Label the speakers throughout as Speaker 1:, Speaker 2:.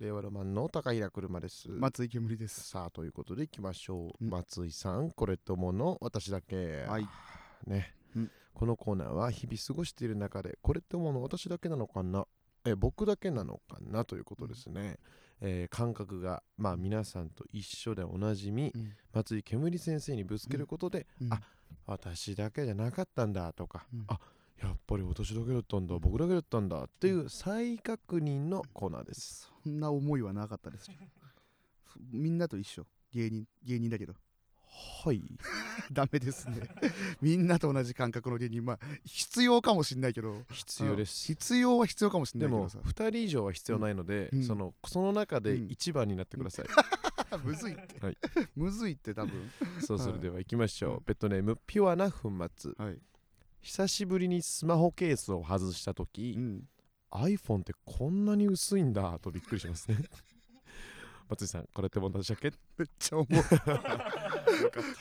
Speaker 1: 令和ロマンの高平車です、
Speaker 2: 松井煙です。
Speaker 1: さあということでいきましょう、
Speaker 2: うん
Speaker 1: 松井さんこれともの私だけ
Speaker 2: はい
Speaker 1: ね、
Speaker 2: うん
Speaker 1: このコーナーは日々過ごしている中でこれともの私だけなのかなえ僕だけなのかなということですね、えー感覚がまあ皆さんと一緒でおなじみ
Speaker 2: うん
Speaker 1: 松井煙先生にぶつけることで、あ私だけじゃなかったんだとか、
Speaker 2: うん
Speaker 1: あやっぱり私だけだったんだ僕だけだったんだっていう再確認のコーナーです
Speaker 2: そんな思いはなかったです。みんなと一緒。芸人、芸人だけど。
Speaker 1: はい
Speaker 2: ダメで すね。みんなと同じ感覚の芸人、まあ、必要かもしんないけど。
Speaker 1: 必要です
Speaker 2: 必要は必要かもしんな
Speaker 1: で
Speaker 2: いけ
Speaker 1: も
Speaker 2: どさ。
Speaker 1: 2人以上は必要ないので、
Speaker 2: うん
Speaker 1: そのその中で
Speaker 2: うん
Speaker 1: 1番になってく ださい、
Speaker 2: むずいって。
Speaker 1: はい
Speaker 2: むずいって多分。
Speaker 1: そう
Speaker 2: はい
Speaker 1: それでは行きましょう、
Speaker 2: うん
Speaker 1: ペットネームピュアな粉末
Speaker 2: はい。
Speaker 1: 久しぶりにスマホケースを外した時、
Speaker 2: うん。
Speaker 1: iPhone ってこんなに薄いんだとびっくりしますね 松井さんこれって同じだけ
Speaker 2: めっちゃ思う。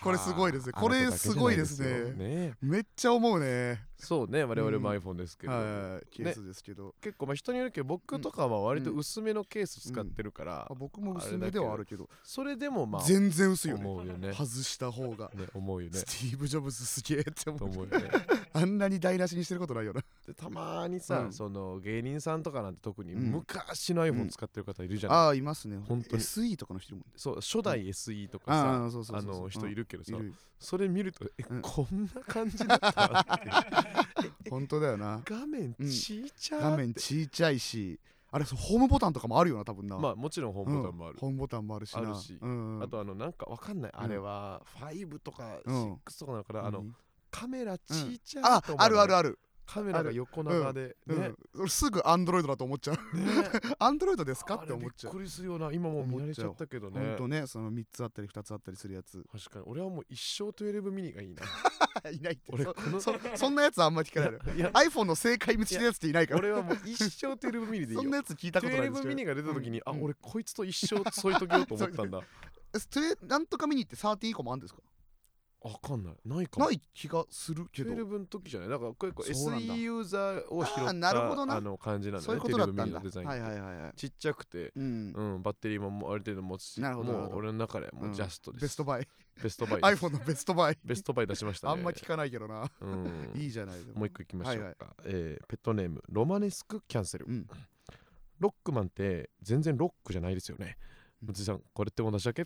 Speaker 2: これすごいですねこれすごいですね
Speaker 1: あなただけじゃないですよね
Speaker 2: めっちゃ思うね。
Speaker 1: そうね我々も
Speaker 2: うん
Speaker 1: iPhone ですけど、
Speaker 2: はい。ケースですけど。
Speaker 1: 結構まあ人によるけど僕とかは割と薄めのケース使ってるから、
Speaker 2: あ僕も薄めではあるけど、
Speaker 1: それでもまあ
Speaker 2: 全然薄いよね。
Speaker 1: 思うよ ね
Speaker 2: 外した方が。
Speaker 1: ね思うよ ね
Speaker 2: スティーブ・ジョブズすげえって
Speaker 1: と
Speaker 2: 思う
Speaker 1: 思うよね
Speaker 2: あんなに台無しにしてることないよな
Speaker 1: でたまにさ、
Speaker 2: うん
Speaker 1: その芸人さんとかなんて特に
Speaker 2: うん
Speaker 1: 昔の
Speaker 2: う
Speaker 1: iPhone
Speaker 2: ん
Speaker 1: 使ってる方いるじゃない、
Speaker 2: ああいますね
Speaker 1: 本当に
Speaker 2: SE とかの人いるもんね
Speaker 1: そう初代 SE とかさ、
Speaker 2: ああそうそう
Speaker 1: あ
Speaker 2: そうそう
Speaker 1: の人いるけど
Speaker 2: い
Speaker 1: さ、
Speaker 2: る
Speaker 1: それ見るとえ、
Speaker 2: うん
Speaker 1: こんな感じだった っていう
Speaker 2: 本当だよな
Speaker 1: 画面
Speaker 2: うん
Speaker 1: ちいちゃー
Speaker 2: 画面ちいちゃいしあれそうホームボタンとかもあるよな多分な
Speaker 1: まあもちろんホームボタンもあ
Speaker 2: う
Speaker 1: る
Speaker 2: ん、ホームボタンもあるしな
Speaker 1: あるし
Speaker 2: うんうん、
Speaker 1: あとあのなんかわかんない、
Speaker 2: うん
Speaker 1: あれは5とか
Speaker 2: うん
Speaker 1: 6とかなのから、あの
Speaker 2: 何
Speaker 1: カメラちいちゃ
Speaker 2: あ
Speaker 1: ーと思わない
Speaker 2: あるあるある、
Speaker 1: カメラが横長で、
Speaker 2: うん
Speaker 1: ね、
Speaker 2: 俺すぐアンドロイドだと思っちゃう
Speaker 1: ね
Speaker 2: アンドロイドです
Speaker 1: あ
Speaker 2: かっ
Speaker 1: れ
Speaker 2: て思っちゃう
Speaker 1: びっくりするような今もう見慣れちゃ
Speaker 2: 思
Speaker 1: っ
Speaker 2: っちゃ
Speaker 1: たけど
Speaker 2: ほん
Speaker 1: ね
Speaker 2: とねその3つあったり2つあったりするやつ
Speaker 1: 確かに俺はもう一生12ミニがいい な
Speaker 2: いないって
Speaker 1: 俺
Speaker 2: そ
Speaker 1: この
Speaker 2: そそんなやつあんま聞かないの
Speaker 1: いや
Speaker 2: iPhone の正解見つけたやつっていないか ら
Speaker 1: 俺はもう一生12ミリでいい
Speaker 2: そんな
Speaker 1: よ
Speaker 2: やつ聞いたことないで
Speaker 1: 12
Speaker 2: すけ
Speaker 1: ミ
Speaker 2: ど
Speaker 1: ニが出た時に、
Speaker 2: うん
Speaker 1: あ俺こいつと一生添いとけようと思ったんだ
Speaker 2: えそれなんとかミニって13以降もあるんですか
Speaker 1: わかんないないかも
Speaker 2: ない気がするけど
Speaker 1: 12の時じゃないだから結構
Speaker 2: そうなんだ
Speaker 1: SE ユーザーを拾った
Speaker 2: あーなるほどな
Speaker 1: あの感じなんだ
Speaker 2: そうい
Speaker 1: ね
Speaker 2: うことだっ
Speaker 1: 12ミ
Speaker 2: たん
Speaker 1: ニ
Speaker 2: だ
Speaker 1: のデザイン、
Speaker 2: はいはいはいはい
Speaker 1: ちっちゃくて、
Speaker 2: うん
Speaker 1: うん、バッテリーももうある程度持つし
Speaker 2: なるほどなる
Speaker 1: も
Speaker 2: ほ
Speaker 1: う
Speaker 2: ど
Speaker 1: 俺の中ではもううんジャストです、
Speaker 2: ベストバイ
Speaker 1: ベストバイです
Speaker 2: iPhone のベストバイ
Speaker 1: ベストバイ出しましたね
Speaker 2: あんま聞かないけどな
Speaker 1: うん
Speaker 2: いいじゃないで
Speaker 1: も
Speaker 2: も
Speaker 1: う一個いきましょうか、
Speaker 2: はい
Speaker 1: えーペットネームロマネスクキャンセル、
Speaker 2: うん
Speaker 1: ロックマンって全然ロックじゃないですよね
Speaker 2: うん
Speaker 1: 松井さんこれって同じだけ、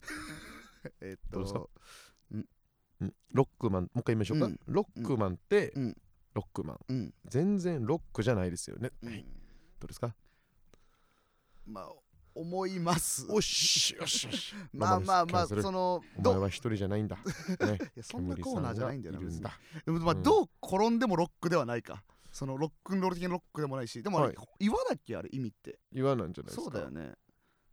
Speaker 2: えっ
Speaker 1: どうぞ
Speaker 2: と
Speaker 1: うんロックマンもう一回言いましょうか、
Speaker 2: うん
Speaker 1: ロックマンって、
Speaker 2: うん
Speaker 1: ロックマン
Speaker 2: うん
Speaker 1: 全然ロックじゃないですよね、
Speaker 2: う
Speaker 1: はい
Speaker 2: ん
Speaker 1: どうですか
Speaker 2: まあ思います
Speaker 1: おしよしよし
Speaker 2: まあま
Speaker 1: ロマネ
Speaker 2: あま
Speaker 1: スキャン
Speaker 2: あ
Speaker 1: セル
Speaker 2: その
Speaker 1: お前
Speaker 2: ど
Speaker 1: は一人じゃないんだ、ね、
Speaker 2: いやそんなコーナーじゃないんだよな
Speaker 1: 煙さ
Speaker 2: 別に
Speaker 1: がいるんだ
Speaker 2: でもまあ
Speaker 1: うん
Speaker 2: どう転んでもロックではないかそのロックンロール的なロックでもないしでもあ
Speaker 1: は
Speaker 2: れ
Speaker 1: い
Speaker 2: 岩だっけあれ意味って
Speaker 1: 岩なんじゃないですか
Speaker 2: そうだよね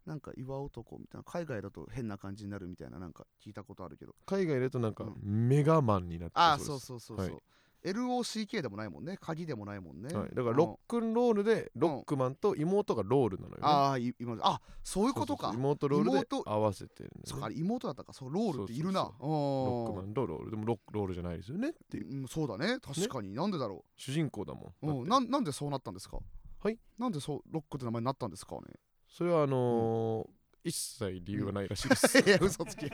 Speaker 2: なんか岩男みたいな海外だと変な感じになるみたいななんか聞いたことあるけど
Speaker 1: 海外だとなんか、
Speaker 2: う
Speaker 1: メガマンになって
Speaker 2: ああ
Speaker 1: です
Speaker 2: そうそうそうそう、
Speaker 1: はい
Speaker 2: LOCK でもないもんね鍵でもないもんね、
Speaker 1: はい、だからロックンロールで
Speaker 2: ん
Speaker 1: ロックマンと妹がロールなのよ、ね
Speaker 2: うんああい今あそういうこと
Speaker 1: そう
Speaker 2: か
Speaker 1: そうそう妹ロールで
Speaker 2: 妹
Speaker 1: 合わせてるんだ
Speaker 2: そ
Speaker 1: よ
Speaker 2: っかあ
Speaker 1: ね
Speaker 2: れ妹だったかそうロールっているな
Speaker 1: そうロック
Speaker 2: ロ
Speaker 1: マンとロールでもロックロールじゃないですよねっていう
Speaker 2: うんそうだね確かに、なんでだろ
Speaker 1: 主人公だも、
Speaker 2: うんうん
Speaker 1: だって
Speaker 2: なんなんでそうなったんですか
Speaker 1: はい
Speaker 2: なんでそうロックって名前になったんですか ね
Speaker 1: それはあのー一切理由はないらしいです、
Speaker 2: いや嘘つき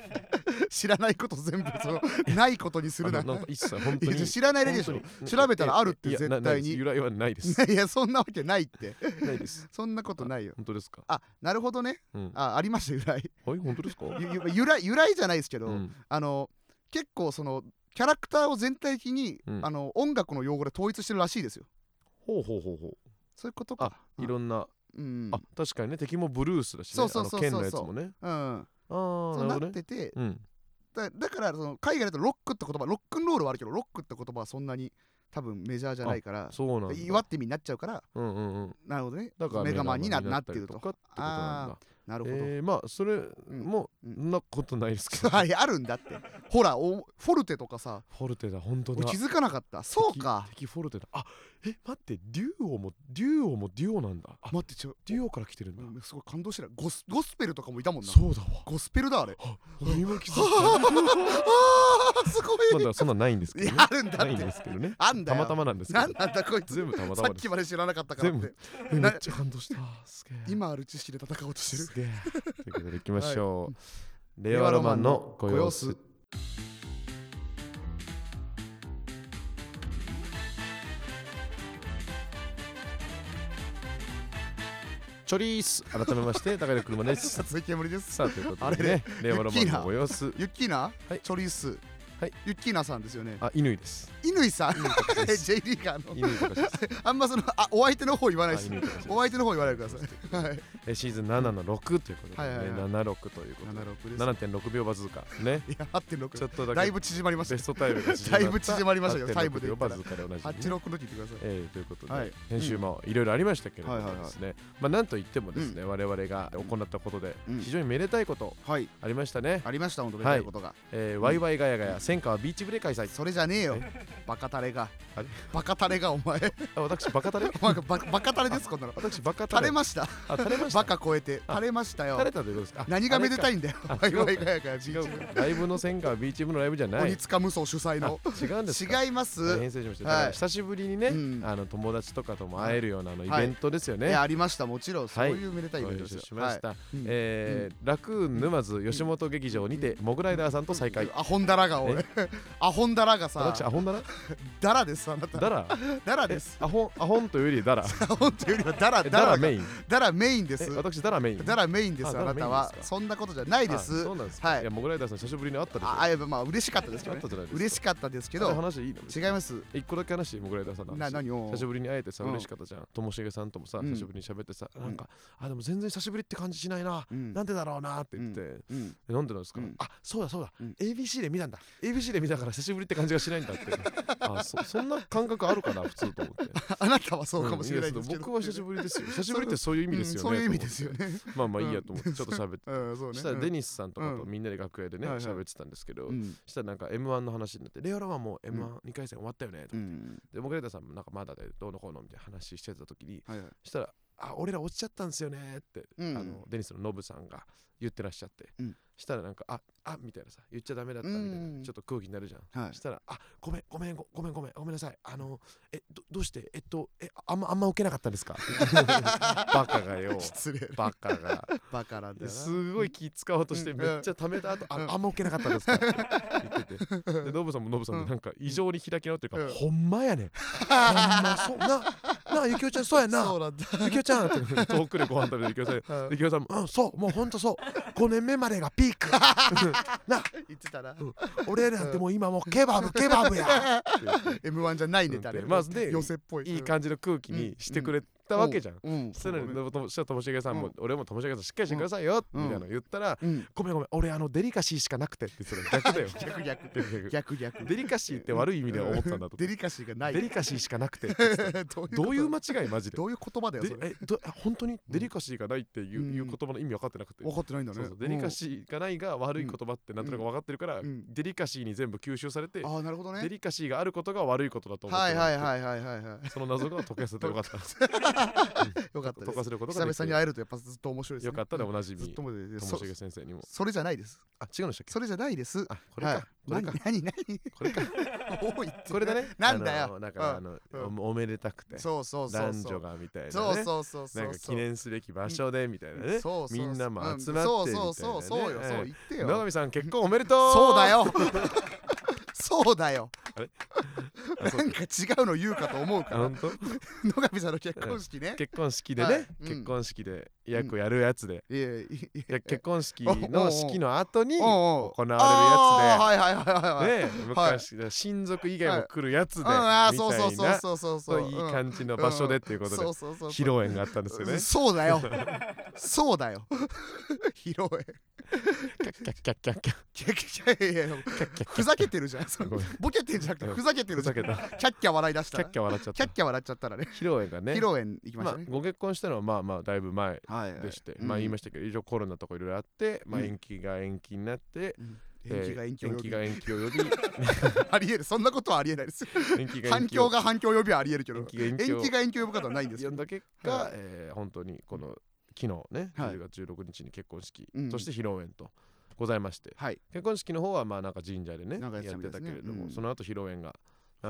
Speaker 2: 知らないこと全部その ないことにする
Speaker 1: あ
Speaker 2: な
Speaker 1: のなんか一切本当
Speaker 2: い
Speaker 1: に
Speaker 2: や知らないだけでしょ
Speaker 1: 本当に
Speaker 2: 調べたらあるって
Speaker 1: いや
Speaker 2: 絶
Speaker 1: なないで
Speaker 2: 対
Speaker 1: す
Speaker 2: に
Speaker 1: 由来はないです
Speaker 2: いやそんなわけないって
Speaker 1: ないです
Speaker 2: そんなことないよ
Speaker 1: 本当ですか
Speaker 2: あなるほどね
Speaker 1: うんは
Speaker 2: あありました由来
Speaker 1: い本当ですか
Speaker 2: ゆゆ由来由来じゃないですけど、
Speaker 1: うん
Speaker 2: あの結構そのキャラクターを全体的に、
Speaker 1: うん
Speaker 2: あの音楽の用語で統一してるらしいですよ
Speaker 1: ほうほうほうほう
Speaker 2: そういうことか
Speaker 1: あいろんな、
Speaker 2: うん
Speaker 1: あ確かにね敵もブルースだしね
Speaker 2: そうそうそうそ
Speaker 1: あ
Speaker 2: う
Speaker 1: の剣のやつもね
Speaker 2: うん
Speaker 1: ああ
Speaker 2: そ
Speaker 1: な
Speaker 2: う
Speaker 1: るほど
Speaker 2: なっ
Speaker 1: ね
Speaker 2: てて
Speaker 1: うん
Speaker 2: だだからその海外だとロックって言葉ロックンロールはあるけどロックって言葉はそんなに多分メジャーじゃないから
Speaker 1: そうなんだ
Speaker 2: 祝って意味になっちゃうから
Speaker 1: うんうんうん
Speaker 2: なるほどね
Speaker 1: だから
Speaker 2: メガマンにな
Speaker 1: メガマ
Speaker 2: なってる
Speaker 1: と
Speaker 2: と
Speaker 1: かってことなんだ
Speaker 2: なるほど、
Speaker 1: えーまあそれ
Speaker 2: ん
Speaker 1: もそんなことないですけど、
Speaker 2: はいあるんだってほらおフォルテとかさ
Speaker 1: フォルテだ本当
Speaker 2: 俺
Speaker 1: だ
Speaker 2: 気づかなかったそうか
Speaker 1: 敵敵フォルテだあえ待ってデュオもデュオもデュオなんだあ
Speaker 2: 待ってちょ
Speaker 1: デュオから来てるんだ、
Speaker 2: うんすごい感動してるゴスゴスペルとかもいたもんな
Speaker 1: そうだわ
Speaker 2: ゴスペルだあれ
Speaker 1: あ今 気づい
Speaker 2: あーすご
Speaker 1: たまあ
Speaker 2: い、
Speaker 1: だからそんなんないんですけ
Speaker 2: い
Speaker 1: ど、
Speaker 2: や
Speaker 1: ね、
Speaker 2: あるんだ
Speaker 1: な
Speaker 2: っ
Speaker 1: いん
Speaker 2: て
Speaker 1: ですけどね
Speaker 2: あんだ
Speaker 1: た
Speaker 2: よ
Speaker 1: またまなんですけど
Speaker 2: なんなんだこいつ
Speaker 1: 全部たまた
Speaker 2: さ
Speaker 1: ま
Speaker 2: っ
Speaker 1: です
Speaker 2: きまで知らなかったからっ
Speaker 1: 全
Speaker 2: て
Speaker 1: 部えめっちゃ感動したすげえ
Speaker 2: 今ある知識で戦おうとしてる
Speaker 1: すげえということでいきましょう、令和ロマンのご様子チョリース改めまして高井の車です
Speaker 2: 続き煙です
Speaker 1: さあということでね令和ロマンのご様子
Speaker 2: ユッキーナ、
Speaker 1: はい
Speaker 2: チョリース、
Speaker 1: はい
Speaker 2: ユッキーナさんですよね
Speaker 1: あ乾です
Speaker 2: 乾さん
Speaker 1: 乾です
Speaker 2: J リーガーの
Speaker 1: 乾隆です
Speaker 2: あんまそのあお相手の方言わないです
Speaker 1: あ乾隆です
Speaker 2: お相手の方言わないでくださいはい
Speaker 1: えシーズン7の6ということで、ね
Speaker 2: はいはいは
Speaker 1: 76
Speaker 2: い
Speaker 1: ということで
Speaker 2: 76です
Speaker 1: 7.6秒バズーカね
Speaker 2: いや8.6
Speaker 1: ちょっとだけ
Speaker 2: だいぶ縮まりました
Speaker 1: ベ
Speaker 2: ね
Speaker 1: ストタイムが縮まった
Speaker 2: だいぶ縮まりましたけどタイムで
Speaker 1: 8.6
Speaker 2: 言っ
Speaker 1: 秒バ
Speaker 2: たら
Speaker 1: ズーカで同じみね
Speaker 2: 86の時言ってください
Speaker 1: えーということで、
Speaker 2: はい
Speaker 1: 編集もいろいろありましたけれど
Speaker 2: はいはいは
Speaker 1: も
Speaker 2: い
Speaker 1: ですね、まあ、なんといってもですね、我々が行ったことで
Speaker 2: うん
Speaker 1: 非常にめでたいこと
Speaker 2: はい
Speaker 1: ありましたね、
Speaker 2: ありました本当にたいことが、
Speaker 1: えーワイワイガヤガヤ戦火はビーチ部で開催
Speaker 2: それじゃねえよバカタレが
Speaker 1: あれ
Speaker 2: バカタレがお前
Speaker 1: あ私バカタレ
Speaker 2: お前がバカバカタレですこんなの
Speaker 1: 私バカタ
Speaker 2: 垂
Speaker 1: レ
Speaker 2: れました
Speaker 1: あ垂れました
Speaker 2: バカ超えて垂れましたよ
Speaker 1: 垂れたということですかあ
Speaker 2: 何がめでた
Speaker 1: あれ
Speaker 2: いんだよ
Speaker 1: あ
Speaker 2: ワ
Speaker 1: れ
Speaker 2: イ
Speaker 1: か
Speaker 2: ワイガヤガヤ
Speaker 1: か違うかライブの戦火はビーチ部のライブじゃない
Speaker 2: 鬼塚無双主催の
Speaker 1: あ違うんですか
Speaker 2: 違います、
Speaker 1: 大変失礼しました、
Speaker 2: はい
Speaker 1: だから久しぶりにね、
Speaker 2: うん
Speaker 1: あの友達とかとも会えるようなあのイ
Speaker 2: はい
Speaker 1: ベントですよね、
Speaker 2: えありましたもちろんそう
Speaker 1: はい
Speaker 2: いうめでたいイ
Speaker 1: ご
Speaker 2: ベン
Speaker 1: 一
Speaker 2: ト
Speaker 1: 緒
Speaker 2: ですよ、
Speaker 1: しました、
Speaker 2: いうん
Speaker 1: えーラクーン沼津吉本劇場にてモグライダーさんと再会、
Speaker 2: アホンダラが俺アホンダラがさ
Speaker 1: 私アホンだな
Speaker 2: ダラですあなた
Speaker 1: ダラ
Speaker 2: ダラ
Speaker 1: え
Speaker 2: です
Speaker 1: アホンアホンというよりダラ
Speaker 2: アホンというよりはダラ
Speaker 1: え
Speaker 2: ダ
Speaker 1: ダ
Speaker 2: ラ
Speaker 1: ラ
Speaker 2: が
Speaker 1: メイン
Speaker 2: ダラメインで
Speaker 1: え
Speaker 2: す
Speaker 1: 私ダラメイン
Speaker 2: ダラメインです
Speaker 1: あ
Speaker 2: あ
Speaker 1: ダラ
Speaker 2: なたは
Speaker 1: メインです
Speaker 2: そんなことじゃないで
Speaker 1: あ
Speaker 2: す
Speaker 1: そうなんです
Speaker 2: は
Speaker 1: か
Speaker 2: い
Speaker 1: いやモグライダーさん久しぶりに会ったでしょ
Speaker 2: ああいやまあ嬉しかったですけど
Speaker 1: あったじゃないで
Speaker 2: ね
Speaker 1: すか
Speaker 2: 嬉しかったですけ
Speaker 1: あれ
Speaker 2: ど
Speaker 1: 話いいの
Speaker 2: 違います
Speaker 1: 一個だけ話してモグライダーさんの
Speaker 2: な
Speaker 1: 話
Speaker 2: 何を
Speaker 1: 久しぶりに会えてさ
Speaker 2: うん
Speaker 1: 嬉しかったじゃんともしげさんともさ
Speaker 2: うん
Speaker 1: 久しぶりに喋ってさ
Speaker 2: ん
Speaker 1: なんかあでも全然久しぶりって感じしないな
Speaker 2: うん
Speaker 1: なんでだろうなって言って
Speaker 2: うん
Speaker 1: えなんでなんですか、
Speaker 2: うん
Speaker 1: あそうだそうだ、
Speaker 2: うん
Speaker 1: ABC で見たんだ ABC で見たから久しぶりって感じがしないんだってあそ そんな感覚あるかな普通と思って
Speaker 2: あなたは そうかもしれない
Speaker 1: うん
Speaker 2: です
Speaker 1: や
Speaker 2: け
Speaker 1: そ
Speaker 2: ど
Speaker 1: う僕は久しぶり ですよ久しぶりってそういう意味ですよね、
Speaker 2: うんそういう意味ですよね
Speaker 1: と思ってまあまあいいやと思ってちょっと喋って、
Speaker 2: うん そうね
Speaker 1: そしたらデニスさんとかと
Speaker 2: う
Speaker 1: みんなで楽屋でね
Speaker 2: はいはい
Speaker 1: 喋ってたんですけど、
Speaker 2: うん
Speaker 1: そしたらなんか M1 の話になって、レオラはもう
Speaker 2: うん
Speaker 1: M12 回戦終わったよねと、
Speaker 2: うん
Speaker 1: でモグレーターさんもなんかまだでどうのこうのみたいな話してた時に
Speaker 2: はいはい
Speaker 1: そしたらあ俺ら落ちちゃったんですよねって、
Speaker 2: うん
Speaker 1: あのデニスのノブさんが言ってらっしゃって、
Speaker 2: うん
Speaker 1: したらなんかああみたいなさ言っちゃダメだったみたいな、
Speaker 2: うん
Speaker 1: ちょっと空気になるじゃん、
Speaker 2: はい
Speaker 1: したらあごめんごめんごごめんごめんごめんなさいあのえどどうしてえっとえあんまあんま受けなかったん ですかバカがよ
Speaker 2: 失礼
Speaker 1: バカが
Speaker 2: バカなんだよ な
Speaker 1: す ごい気使おうとして
Speaker 2: うん
Speaker 1: めっちゃためた後、
Speaker 2: うん
Speaker 1: ああんま受けなかったんですかって言っててでノブさんもノブさん
Speaker 2: う
Speaker 1: で
Speaker 2: ん
Speaker 1: なんか異常に開き直ってるから、
Speaker 2: うん
Speaker 1: ほんまやねんほんまそうななあゆきおちゃんそうやんな
Speaker 2: そうなんだ
Speaker 1: ゆきおちゃんって遠くでご飯食べてゆきおさん
Speaker 2: うん
Speaker 1: ゆきおさんも うんそうもうほんとそう5年目までがピークな
Speaker 2: 言ってたな
Speaker 1: 俺なんてもう今もうケバブケバブやって言って
Speaker 2: M1 じゃないネタね
Speaker 1: まあで
Speaker 2: 寄せっぽい
Speaker 1: いい感じの空気にしてくれたわけじゃん。
Speaker 2: うん
Speaker 1: そしたら
Speaker 2: う
Speaker 1: ともしたらともしげさんも、
Speaker 2: うん
Speaker 1: 俺もともしげさんしっかりしてくださいよ、
Speaker 2: うん
Speaker 1: みたいなの言ったら、
Speaker 2: ん
Speaker 1: ごめんごめん俺あのデリカシーしかなくてってそれ逆 だよ逆
Speaker 2: 逆逆
Speaker 1: 逆
Speaker 2: 逆逆
Speaker 1: デリカシーって悪い意味では思ってたんだと
Speaker 2: デリカシーがない
Speaker 1: デリカシーしかなくてって言ってた
Speaker 2: ど
Speaker 1: どういう
Speaker 2: こ
Speaker 1: 間違いマジで
Speaker 2: とどういう言葉だよ
Speaker 1: で
Speaker 2: それ
Speaker 1: えどあ本当にデリカシーがないっていう,、
Speaker 2: うん
Speaker 1: いう言葉の意味分かってなくて、
Speaker 2: 分かってないんだね
Speaker 1: そうそうデリカシーがないが悪い言葉ってなんとなく分かってるから、
Speaker 2: うん
Speaker 1: デリカシーに全部吸収されて、
Speaker 2: うんああなるほどね
Speaker 1: デリカシーがあることが悪いことだと思って
Speaker 2: はいはい
Speaker 1: い
Speaker 2: はいはいはいはい
Speaker 1: その謎が解けせてよかった
Speaker 2: よかったで
Speaker 1: 解
Speaker 2: す
Speaker 1: かせることが
Speaker 2: 久
Speaker 1: でき
Speaker 2: 々に
Speaker 1: て
Speaker 2: 会えるとやっぱずっと面白いですね
Speaker 1: よかったでおなじ
Speaker 2: ずっ
Speaker 1: みと
Speaker 2: ともで
Speaker 1: も
Speaker 2: そ
Speaker 1: しげ先生にも
Speaker 2: それじゃないです
Speaker 1: あ違うんでしたっけ
Speaker 2: それじゃないです
Speaker 1: あこれか、これか
Speaker 2: はい何 何
Speaker 1: これか
Speaker 2: 何多いって
Speaker 1: これだね
Speaker 2: なんだよ
Speaker 1: あのだからあの、
Speaker 2: うん
Speaker 1: おおめでたくて
Speaker 2: そうそうそう
Speaker 1: 男
Speaker 2: そ
Speaker 1: 女
Speaker 2: う
Speaker 1: がみたいなね
Speaker 2: そうそうそうそう
Speaker 1: なんか記念すべき場所でみたいなね、
Speaker 2: そうそうそう
Speaker 1: みんなも集ま
Speaker 2: そ
Speaker 1: っ
Speaker 2: う
Speaker 1: てみたいな、ね
Speaker 2: そうそうそうよそう
Speaker 1: え
Speaker 2: 言って
Speaker 1: え
Speaker 2: よ
Speaker 1: 野上さん結婚おめでとう
Speaker 2: そう だよそうだよ
Speaker 1: あそう
Speaker 2: なんか違うの言うかと思う
Speaker 1: あ
Speaker 2: から
Speaker 1: 本当
Speaker 2: 野上さんの結婚式ね
Speaker 1: 結婚式でね、
Speaker 2: はいうん
Speaker 1: 結婚式で役やるやつで、
Speaker 2: いやいやい
Speaker 1: いや結婚式
Speaker 2: おうおうお
Speaker 1: の
Speaker 2: う
Speaker 1: 式の後に
Speaker 2: や
Speaker 1: 行
Speaker 2: 行
Speaker 1: われるや
Speaker 2: はいはいはいはい
Speaker 1: つ
Speaker 2: はい
Speaker 1: で、ね昔、親族以外も来るやつで、
Speaker 2: うんあー
Speaker 1: み
Speaker 2: そう
Speaker 1: たい
Speaker 2: そ
Speaker 1: な
Speaker 2: うそうそうそう
Speaker 1: そ
Speaker 2: そう
Speaker 1: い
Speaker 2: う
Speaker 1: い感じの場所でっていうことで、
Speaker 2: そうそうそう
Speaker 1: 披露宴があったんですよね
Speaker 2: そうだよそうだよ 披露宴
Speaker 1: キャッキャッキャッキャッキャッ
Speaker 2: キャッキャいやいや
Speaker 1: キャッキャッキャッ
Speaker 2: ふざけてるじゃんその
Speaker 1: ごめん
Speaker 2: ボケてんじゃなくてふざけて
Speaker 1: ふ
Speaker 2: るじゃん
Speaker 1: ざ
Speaker 2: キ
Speaker 1: け
Speaker 2: ャ
Speaker 1: た
Speaker 2: ッキャ笑い出し
Speaker 1: キ
Speaker 2: た
Speaker 1: ャ
Speaker 2: ら
Speaker 1: ッキャ笑っちゃっ
Speaker 2: キャ
Speaker 1: た
Speaker 2: ッキャ笑っちゃったらね
Speaker 1: 披露宴がね
Speaker 2: 披露宴行きま
Speaker 1: ま
Speaker 2: した
Speaker 1: あ
Speaker 2: ね、
Speaker 1: ご結婚したのはまあまあだいぶ前
Speaker 2: はいはい
Speaker 1: でして、
Speaker 2: うん
Speaker 1: まあ言いましたけど一応コロナとかいろいろあって、まあ、
Speaker 2: うん
Speaker 1: 延期が延期になって、
Speaker 2: うん
Speaker 1: え
Speaker 2: 延期
Speaker 1: ー
Speaker 2: が延期を
Speaker 1: 延
Speaker 2: 呼
Speaker 1: 期
Speaker 2: び
Speaker 1: が延期を呼び
Speaker 2: ありえるそんなことはありえないです
Speaker 1: 延期が
Speaker 2: 反
Speaker 1: 延期
Speaker 2: 響
Speaker 1: を
Speaker 2: が反響を呼びはありえるけど
Speaker 1: 延期が延期を
Speaker 2: 延期が延期を呼ぶことはないんです
Speaker 1: 呼
Speaker 2: よ
Speaker 1: んだ結果、
Speaker 2: はい
Speaker 1: えー本当にこの昨日ね、
Speaker 2: はい
Speaker 1: 10月16日に結婚式、
Speaker 2: うん
Speaker 1: そして披露宴とございまして
Speaker 2: はい
Speaker 1: 結婚式の方はまあなんか神社でねや
Speaker 2: なんかやって
Speaker 1: った
Speaker 2: みた
Speaker 1: てたけれ
Speaker 2: いですね
Speaker 1: ども、
Speaker 2: うん
Speaker 1: その後披露宴が
Speaker 2: はい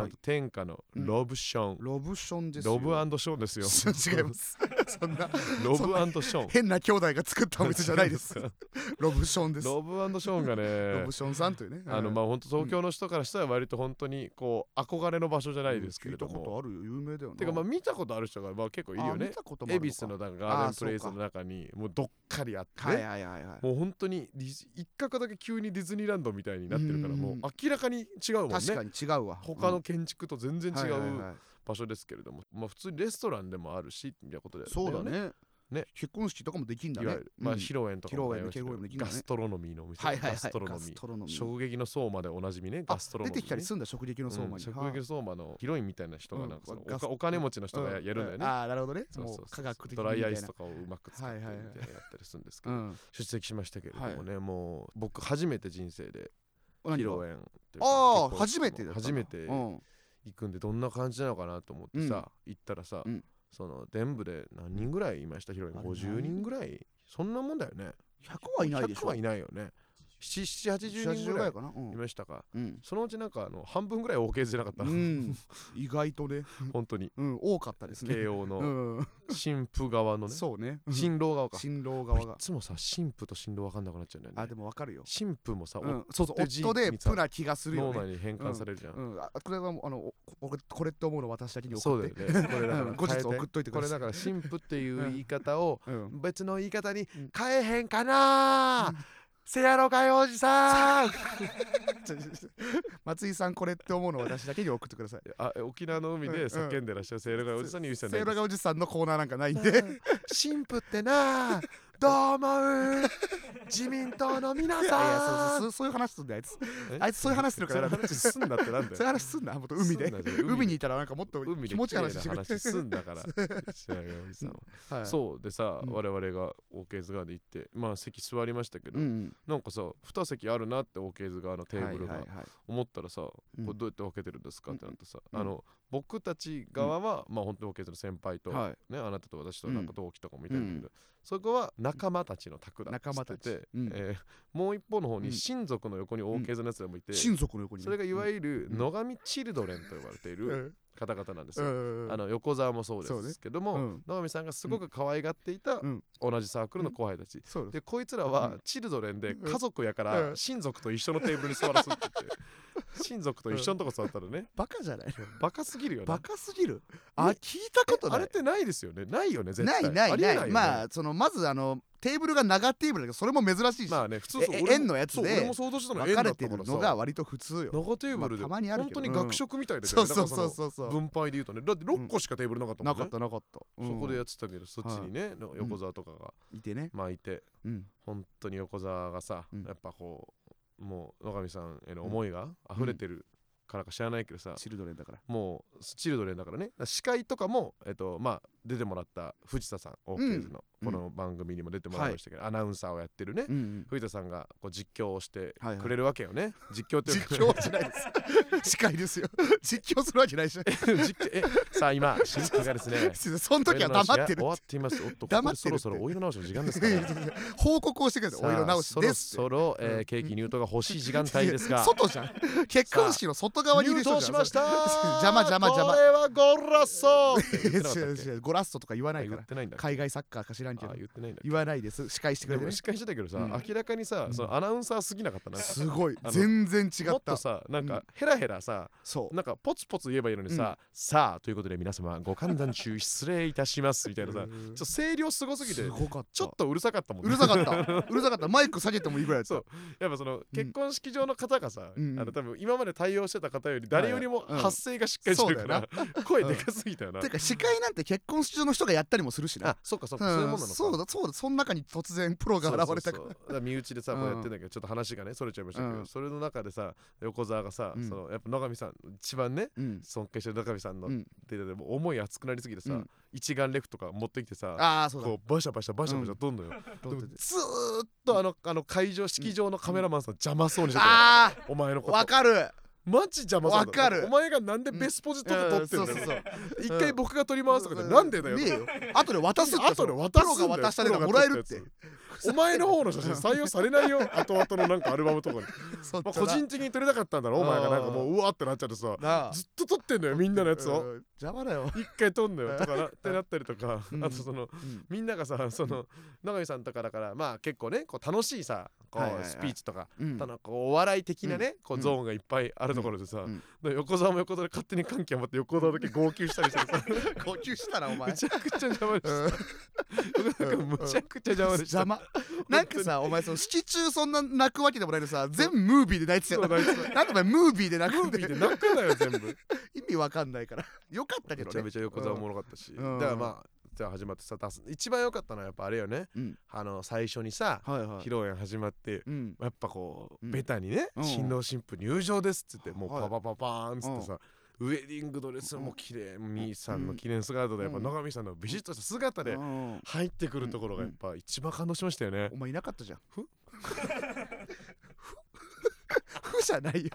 Speaker 1: なんと天下の
Speaker 2: うん
Speaker 1: ロブション、
Speaker 2: ロブションです
Speaker 1: ロ
Speaker 2: よ
Speaker 1: ブションですよ
Speaker 2: 違いますそんな
Speaker 1: ロ
Speaker 2: そん
Speaker 1: ブ
Speaker 2: な
Speaker 1: ション
Speaker 2: 変な兄弟が作ったお店じゃないです ロブションですロ
Speaker 1: ロブションがね
Speaker 2: ブションさんというね
Speaker 1: あの
Speaker 2: うん
Speaker 1: まあ本当東京の人からしたら割と本当にこう憧れの場所じゃないですけれど
Speaker 2: 聞いた
Speaker 1: も、
Speaker 2: ことあるよ有名だよな
Speaker 1: てかまあ見たことある人がまあ結構いるよ
Speaker 2: あ
Speaker 1: ね
Speaker 2: 見たこともあ
Speaker 1: 恵
Speaker 2: るのか
Speaker 1: 比寿のだからガーデ
Speaker 2: あ
Speaker 1: ン
Speaker 2: ー
Speaker 1: プレイス
Speaker 2: そう
Speaker 1: の
Speaker 2: か
Speaker 1: 中にもうどっかりあって
Speaker 2: はい
Speaker 1: ね
Speaker 2: はいはいはい
Speaker 1: もう本当にディズ一角だけ急にディズニーランドみたいになってるから
Speaker 2: うん
Speaker 1: もう明らかに違うもんね
Speaker 2: 確かに違うわ
Speaker 1: 他
Speaker 2: う
Speaker 1: の
Speaker 2: ん
Speaker 1: 建築と全然違
Speaker 2: はいはいうはい
Speaker 1: 場所ですけれども、まあ普通にレストランでもあるしみたいなことで、
Speaker 2: そうだね
Speaker 1: ね
Speaker 2: 結婚式とかもできんだ
Speaker 1: いわ
Speaker 2: ね
Speaker 1: ゆる、まあ
Speaker 2: うん
Speaker 1: 披露宴とかもありましたけど
Speaker 2: 披露宴ね披露宴もできるんだ
Speaker 1: ガ
Speaker 2: ね
Speaker 1: ストロノミーのお店、
Speaker 2: はいはいはい
Speaker 1: ガストロノ
Speaker 2: ガス
Speaker 1: ミー
Speaker 2: トロノミー
Speaker 1: 衝撃の相馬でおなじみねガストロノ
Speaker 2: 出
Speaker 1: ミー、
Speaker 2: てきたり
Speaker 1: ね
Speaker 2: するんだ食撃の相馬
Speaker 1: うん
Speaker 2: に
Speaker 1: 食
Speaker 2: はい
Speaker 1: 撃の相馬のヒロインみたいな人がなんかその
Speaker 2: うんガス
Speaker 1: おお金持ちの人がややるんだよね。
Speaker 2: うああなるほどね
Speaker 1: そうそう
Speaker 2: も
Speaker 1: そう
Speaker 2: う科学的
Speaker 1: ド
Speaker 2: に
Speaker 1: ラ
Speaker 2: み
Speaker 1: イ
Speaker 2: た
Speaker 1: ア
Speaker 2: い
Speaker 1: イ
Speaker 2: な
Speaker 1: スとかをうまく使ってみたいなやったりするんですけ
Speaker 2: う
Speaker 1: ど、
Speaker 2: ん
Speaker 1: 出席しましたけれどもね、もう僕初めて人生で披
Speaker 2: 何
Speaker 1: 露
Speaker 2: が
Speaker 1: 宴っていうか
Speaker 2: ああ
Speaker 1: 結婚式
Speaker 2: 初
Speaker 1: も
Speaker 2: めてだったんだ
Speaker 1: 初めて
Speaker 2: うん
Speaker 1: 行くんでどんな感じなのかなと思ってさ、行ったらさ、
Speaker 2: うん
Speaker 1: その全部で何人ぐらいいましたヒロイン
Speaker 2: あれ
Speaker 1: 50人ぐらいそんなもんだよね
Speaker 2: 100はいないでし
Speaker 1: 100
Speaker 2: ょ
Speaker 1: はいないよね780人ぐら
Speaker 2: ぐら
Speaker 1: い
Speaker 2: いかなう
Speaker 1: い
Speaker 2: ん
Speaker 1: ましたか
Speaker 2: うん
Speaker 1: そのうちなんかあの半分ぐらい OK じゃなかった、
Speaker 2: うん意外とね
Speaker 1: 本 当に
Speaker 2: うん多かったですね
Speaker 1: 慶応
Speaker 2: う
Speaker 1: の
Speaker 2: ん
Speaker 1: 新婦側のね
Speaker 2: そうね
Speaker 1: 新郎側か
Speaker 2: 新郎
Speaker 1: 俺
Speaker 2: 側
Speaker 1: い
Speaker 2: が
Speaker 1: つもさ新婦と新郎分かんなくなっちゃうんだよ
Speaker 2: あ
Speaker 1: ね
Speaker 2: でもわかるよ
Speaker 1: 新婦もさ、
Speaker 2: う
Speaker 1: お
Speaker 2: んそうそう
Speaker 1: 夫人
Speaker 2: 夫で
Speaker 1: にさ
Speaker 2: プな気がする
Speaker 1: 脳
Speaker 2: よ
Speaker 1: 内
Speaker 2: ね
Speaker 1: に変換されるじゃん、
Speaker 2: うん、あこれはもうあのおおここれって思うの私だけに
Speaker 1: そ
Speaker 2: 送
Speaker 1: う
Speaker 2: っ
Speaker 1: だ
Speaker 2: て
Speaker 1: よねこれだから
Speaker 2: うん後日
Speaker 1: 変えて
Speaker 2: 送っといてく
Speaker 1: こ
Speaker 2: だ
Speaker 1: れ
Speaker 2: さ
Speaker 1: だか
Speaker 2: い
Speaker 1: ら新婦っていう言い方を
Speaker 2: うん
Speaker 1: 別の言い方に
Speaker 2: うん
Speaker 1: 変えへんかな、せやろかいおじさん
Speaker 2: 松井さんこれって思うの私だけに送ってください
Speaker 1: あえ沖縄の海で叫んでらっしゃるせやろかいおじさんに言う必
Speaker 2: セ
Speaker 1: 要ない
Speaker 2: ーラ
Speaker 1: で
Speaker 2: がおじさんのコーナーなんかないん
Speaker 1: す
Speaker 2: で
Speaker 1: 新婦ってなどう思う自民党の皆
Speaker 2: いやいやそう
Speaker 1: さん
Speaker 2: そうそういう話すんだよあいつ
Speaker 1: え
Speaker 2: あいつそういう話するから
Speaker 1: そ
Speaker 2: や
Speaker 1: うい
Speaker 2: だ
Speaker 1: う話すんだってなんだ
Speaker 2: そういう
Speaker 1: よ
Speaker 2: 話すんなもっと海
Speaker 1: すん
Speaker 2: で
Speaker 1: だよ
Speaker 2: 海にいたらなんかもっと
Speaker 1: 海で
Speaker 2: 気持ちいい話してくれ
Speaker 1: 話すんだ からせやろかいおじさんは
Speaker 2: はい
Speaker 1: そうでさ、
Speaker 2: うん
Speaker 1: 我々が OK 図側で行ってまあ席座りましたけど、
Speaker 2: ん
Speaker 1: なんかさ2席あるなって OK 図側のテーブルが、
Speaker 2: はいはいはい
Speaker 1: 思ったらさ、
Speaker 2: うん
Speaker 1: これどうやって分けてるんですかってなってさ、
Speaker 2: うん
Speaker 1: あの僕たち側は、まあ本当に OK 図の先輩と、
Speaker 2: はい
Speaker 1: ね、あなたと私と
Speaker 2: うん
Speaker 1: なんか同期とかもいたんだけど、
Speaker 2: う
Speaker 1: そこは仲間たちの宅だっつ
Speaker 2: 仲間
Speaker 1: って
Speaker 2: たち
Speaker 1: て、
Speaker 2: うん
Speaker 1: えーもう一方の方
Speaker 2: う
Speaker 1: に
Speaker 2: ん
Speaker 1: 親族の横に OK 図のやつらもいて、
Speaker 2: 親族の横にね
Speaker 1: それがいわゆる
Speaker 2: うん
Speaker 1: 野上チルドレンと呼ばれている方々なんです
Speaker 2: うん
Speaker 1: よ。
Speaker 2: うん
Speaker 1: あの横澤もそう
Speaker 2: そう
Speaker 1: で
Speaker 2: ね
Speaker 1: すけども、
Speaker 2: うん
Speaker 1: 野上さんがすごく可愛がっていた
Speaker 2: うん
Speaker 1: 同じサークルの後輩たち、
Speaker 2: そうで
Speaker 1: でこいつら
Speaker 2: う
Speaker 1: は
Speaker 2: ん
Speaker 1: チルドレンで
Speaker 2: うん
Speaker 1: 家族やか
Speaker 2: う
Speaker 1: ら
Speaker 2: ん
Speaker 1: 親族と一緒のテーブルに座らすって言って 親族と一緒のとこ座ったらね
Speaker 2: バカじゃない
Speaker 1: バカすぎるよね
Speaker 2: バカすぎるあ聞いたこと
Speaker 1: あ
Speaker 2: ない
Speaker 1: れってないですよねないよね絶対
Speaker 2: ないない
Speaker 1: ありえ
Speaker 2: ない
Speaker 1: よね
Speaker 2: まあそのまずあのテーブルが長テーブルだけどそれも珍しいし、
Speaker 1: まあね普通そう
Speaker 2: え
Speaker 1: 俺も
Speaker 2: 円のやつ
Speaker 1: そ
Speaker 2: で
Speaker 1: う俺も想像したの
Speaker 2: 分
Speaker 1: 円だ
Speaker 2: か
Speaker 1: っ
Speaker 2: れ
Speaker 1: た
Speaker 2: て
Speaker 1: か
Speaker 2: る
Speaker 1: ら
Speaker 2: の
Speaker 1: さ
Speaker 2: が割と普通よ
Speaker 1: 長テーブルで
Speaker 2: まあたまにある
Speaker 1: 本
Speaker 2: け
Speaker 1: 当
Speaker 2: ど
Speaker 1: に学食みたいだよ
Speaker 2: そ
Speaker 1: ね
Speaker 2: うそ
Speaker 1: だ
Speaker 2: うそう
Speaker 1: から
Speaker 2: そうそ
Speaker 1: の
Speaker 2: う
Speaker 1: 分配で言うとねだって6個しかテーブルなかったも
Speaker 2: なんか
Speaker 1: ね
Speaker 2: ったなかった、うん
Speaker 1: そこでやってたけどそっちにねなんか横澤とかが
Speaker 2: いてね
Speaker 1: まあいて
Speaker 2: うん
Speaker 1: 本当に横澤がさ、
Speaker 2: うん
Speaker 1: やっぱこうもう野上さんへの思いが溢れてるからか知らないけどさ、
Speaker 2: チルドレンだから
Speaker 1: もうチルドレンだからねだから司会とかも、えっとまあ、出てもらった藤田さん OK ズの
Speaker 2: うん
Speaker 1: この番組にも出てもらいましたけど、アナウンサーをやってるね、
Speaker 2: うんうん
Speaker 1: 藤田さんがこう実況をして
Speaker 2: はいはい
Speaker 1: くれるわけよね、実況っていうか
Speaker 2: 実況じゃないです。司会ですよ。実況するわけないでしょ。
Speaker 1: 実況えさあ 今新婦がですね
Speaker 2: その時は黙って
Speaker 1: お色直しが終
Speaker 2: る
Speaker 1: わ。っていますおっとここ
Speaker 2: 黙
Speaker 1: で
Speaker 2: ってるって
Speaker 1: そろそろお色直しの時間ですから
Speaker 2: 報告をしてくれて、
Speaker 1: さあ
Speaker 2: お色直しですって。
Speaker 1: そろそろ、えー
Speaker 2: うん
Speaker 1: ケーキ入刀が欲しい時間帯 ですが
Speaker 2: 外じゃん。結婚式の外側にいる
Speaker 1: 入刀
Speaker 2: 人じゃ
Speaker 1: し
Speaker 2: ん。
Speaker 1: ました
Speaker 2: 邪魔邪魔邪魔
Speaker 1: これはゴラッソって言ってなかった
Speaker 2: 違う
Speaker 1: っけ
Speaker 2: 違うゴラストとか言わ
Speaker 1: あ
Speaker 2: ない
Speaker 1: 言
Speaker 2: か
Speaker 1: っ
Speaker 2: ら
Speaker 1: てないんだ
Speaker 2: 海外サッカーか知らんけど
Speaker 1: あ言ってないんだ
Speaker 2: 言わないです司会してく
Speaker 1: で
Speaker 2: れて
Speaker 1: も
Speaker 2: ね
Speaker 1: 司会してたけどさ、
Speaker 2: うん
Speaker 1: 明らかにさ、そのアナウンサーすぎなかったな。
Speaker 2: すごい
Speaker 1: あの
Speaker 2: 全然違
Speaker 1: も
Speaker 2: っ
Speaker 1: っと
Speaker 2: た
Speaker 1: さ、なん
Speaker 2: う
Speaker 1: か
Speaker 2: ん
Speaker 1: ヘラヘラさ、
Speaker 2: そう
Speaker 1: なんかポツポツ言えばいいのにさ、さあということで皆様ご勘弁中失礼いたしますみたいなさ、ちょっと声量すごすぎて
Speaker 2: す、ごかった
Speaker 1: ちょっとうるさかったもん
Speaker 2: うるさかったうるさかったマイク下げてもいいぐらいだ
Speaker 1: そ
Speaker 2: っ
Speaker 1: うやっぱその結婚式場の方がさ、
Speaker 2: うん
Speaker 1: あの多分今まで対応してた方より誰よりも
Speaker 2: うん
Speaker 1: 発声がしっかりしてるから、声でかすぎたよな。
Speaker 2: たてか司会なんて結婚ンス中の人がやったりもするしな
Speaker 1: あそうかそう
Speaker 2: う
Speaker 1: か、そういうもの
Speaker 2: ん
Speaker 1: なのか
Speaker 2: そうだそうだその中に突然プロが現れたか
Speaker 1: そうそうそう
Speaker 2: ら
Speaker 1: だから身内でさ、こうやってんだけどちょっと話がねそれちゃいましたけど、
Speaker 2: うん
Speaker 1: それの中でさ横澤がさ、
Speaker 2: うん
Speaker 1: そのやっぱ野上さん一番ね
Speaker 2: うん
Speaker 1: 尊敬してる野上さんの、
Speaker 2: う
Speaker 1: っ
Speaker 2: ん
Speaker 1: てでも思い熱くなりすぎてさ、
Speaker 2: うん
Speaker 1: 一眼レフとか持ってきてさ
Speaker 2: ああそうだ
Speaker 1: こうバシャバシャバシャバシャ
Speaker 2: う
Speaker 1: 撮んのよ、
Speaker 2: ど
Speaker 1: でも
Speaker 2: うぞ
Speaker 1: ずーっとあのあの会場式場のカメラマンさん邪魔そうにしてたよ
Speaker 2: あ
Speaker 1: お前の
Speaker 2: あ
Speaker 1: こと
Speaker 2: わかる
Speaker 1: マジ邪魔そうだった
Speaker 2: わかる
Speaker 1: お前がなんでベスポジとか撮ってる
Speaker 2: うん
Speaker 1: だ
Speaker 2: んそ
Speaker 1: よ
Speaker 2: うそうそう
Speaker 1: 一
Speaker 2: う
Speaker 1: 回
Speaker 2: ん
Speaker 1: 僕が撮りますとかでなんでだよ
Speaker 2: ねえ よ後で渡すって
Speaker 1: 後で渡すんだ
Speaker 2: プ
Speaker 1: よ
Speaker 2: ロが渡したらもらえるって
Speaker 1: プお前の方の写真採用されないよ後々のなんかアルバムとかに、
Speaker 2: そっ
Speaker 1: まあ
Speaker 2: ち
Speaker 1: 個
Speaker 2: だ
Speaker 1: 人的に撮れなかったんだろお前がなんかもううわってなっちゃってさ
Speaker 2: なあ
Speaker 1: ずっと撮ってんのよみんなのやつ
Speaker 2: う
Speaker 1: を
Speaker 2: ん邪魔だよ
Speaker 1: 一回撮んのよとかなってなったりとか
Speaker 2: うん
Speaker 1: あとその
Speaker 2: うん
Speaker 1: みんながさその野上さんとかだからまあ結構ねこう楽しいさこ
Speaker 2: はいはいは
Speaker 1: う
Speaker 2: い
Speaker 1: スピーチとか
Speaker 2: うん
Speaker 1: ただこうお笑い的なね、こう
Speaker 2: うん
Speaker 1: ゾーンがいっぱいあるところでさ、
Speaker 2: うん
Speaker 1: で横澤も横澤で勝手に歓喜余って横澤だけ号泣したりしてさ
Speaker 2: 呼吸した らお前
Speaker 1: めちゃくちゃ邪魔でしたな
Speaker 2: うん
Speaker 1: んかむちゃくちゃ邪魔でした
Speaker 2: 邪魔なんかさお前その式中そんな泣くわけでもないのにさ全ムービーで泣いてた
Speaker 1: そうだ
Speaker 2: よな
Speaker 1: あいつ
Speaker 2: なんでお前ムービーで泣
Speaker 1: ム
Speaker 2: くん
Speaker 1: ービー
Speaker 2: で
Speaker 1: で泣くなよ全部
Speaker 2: 意味わかんないからよかったけ
Speaker 1: め
Speaker 2: ど
Speaker 1: ちゃ
Speaker 2: ね
Speaker 1: めちゃ横澤おもろかったし、
Speaker 2: うん
Speaker 1: だからまあじゃあ始まってさ出す一番良かったのはやっぱあれよね、
Speaker 2: うん
Speaker 1: あの最初にさ、
Speaker 2: はいは
Speaker 1: 披露宴始まって
Speaker 2: うん
Speaker 1: やっぱこう、
Speaker 2: うん
Speaker 1: ベタにね、
Speaker 2: うん
Speaker 1: 新郎新婦入場ですっつって、もう
Speaker 2: はい
Speaker 1: パパパパーンっつってさ、ウェディングドレスも綺麗、みーさんの記念姿で、やっぱ
Speaker 2: うん
Speaker 1: 野上さんのビシッとした姿で
Speaker 2: うん
Speaker 1: 入ってくるところがやっぱ一番感動しましたよね
Speaker 2: お。前いなかったじゃん
Speaker 1: ふ
Speaker 2: ふふじゃ ないよ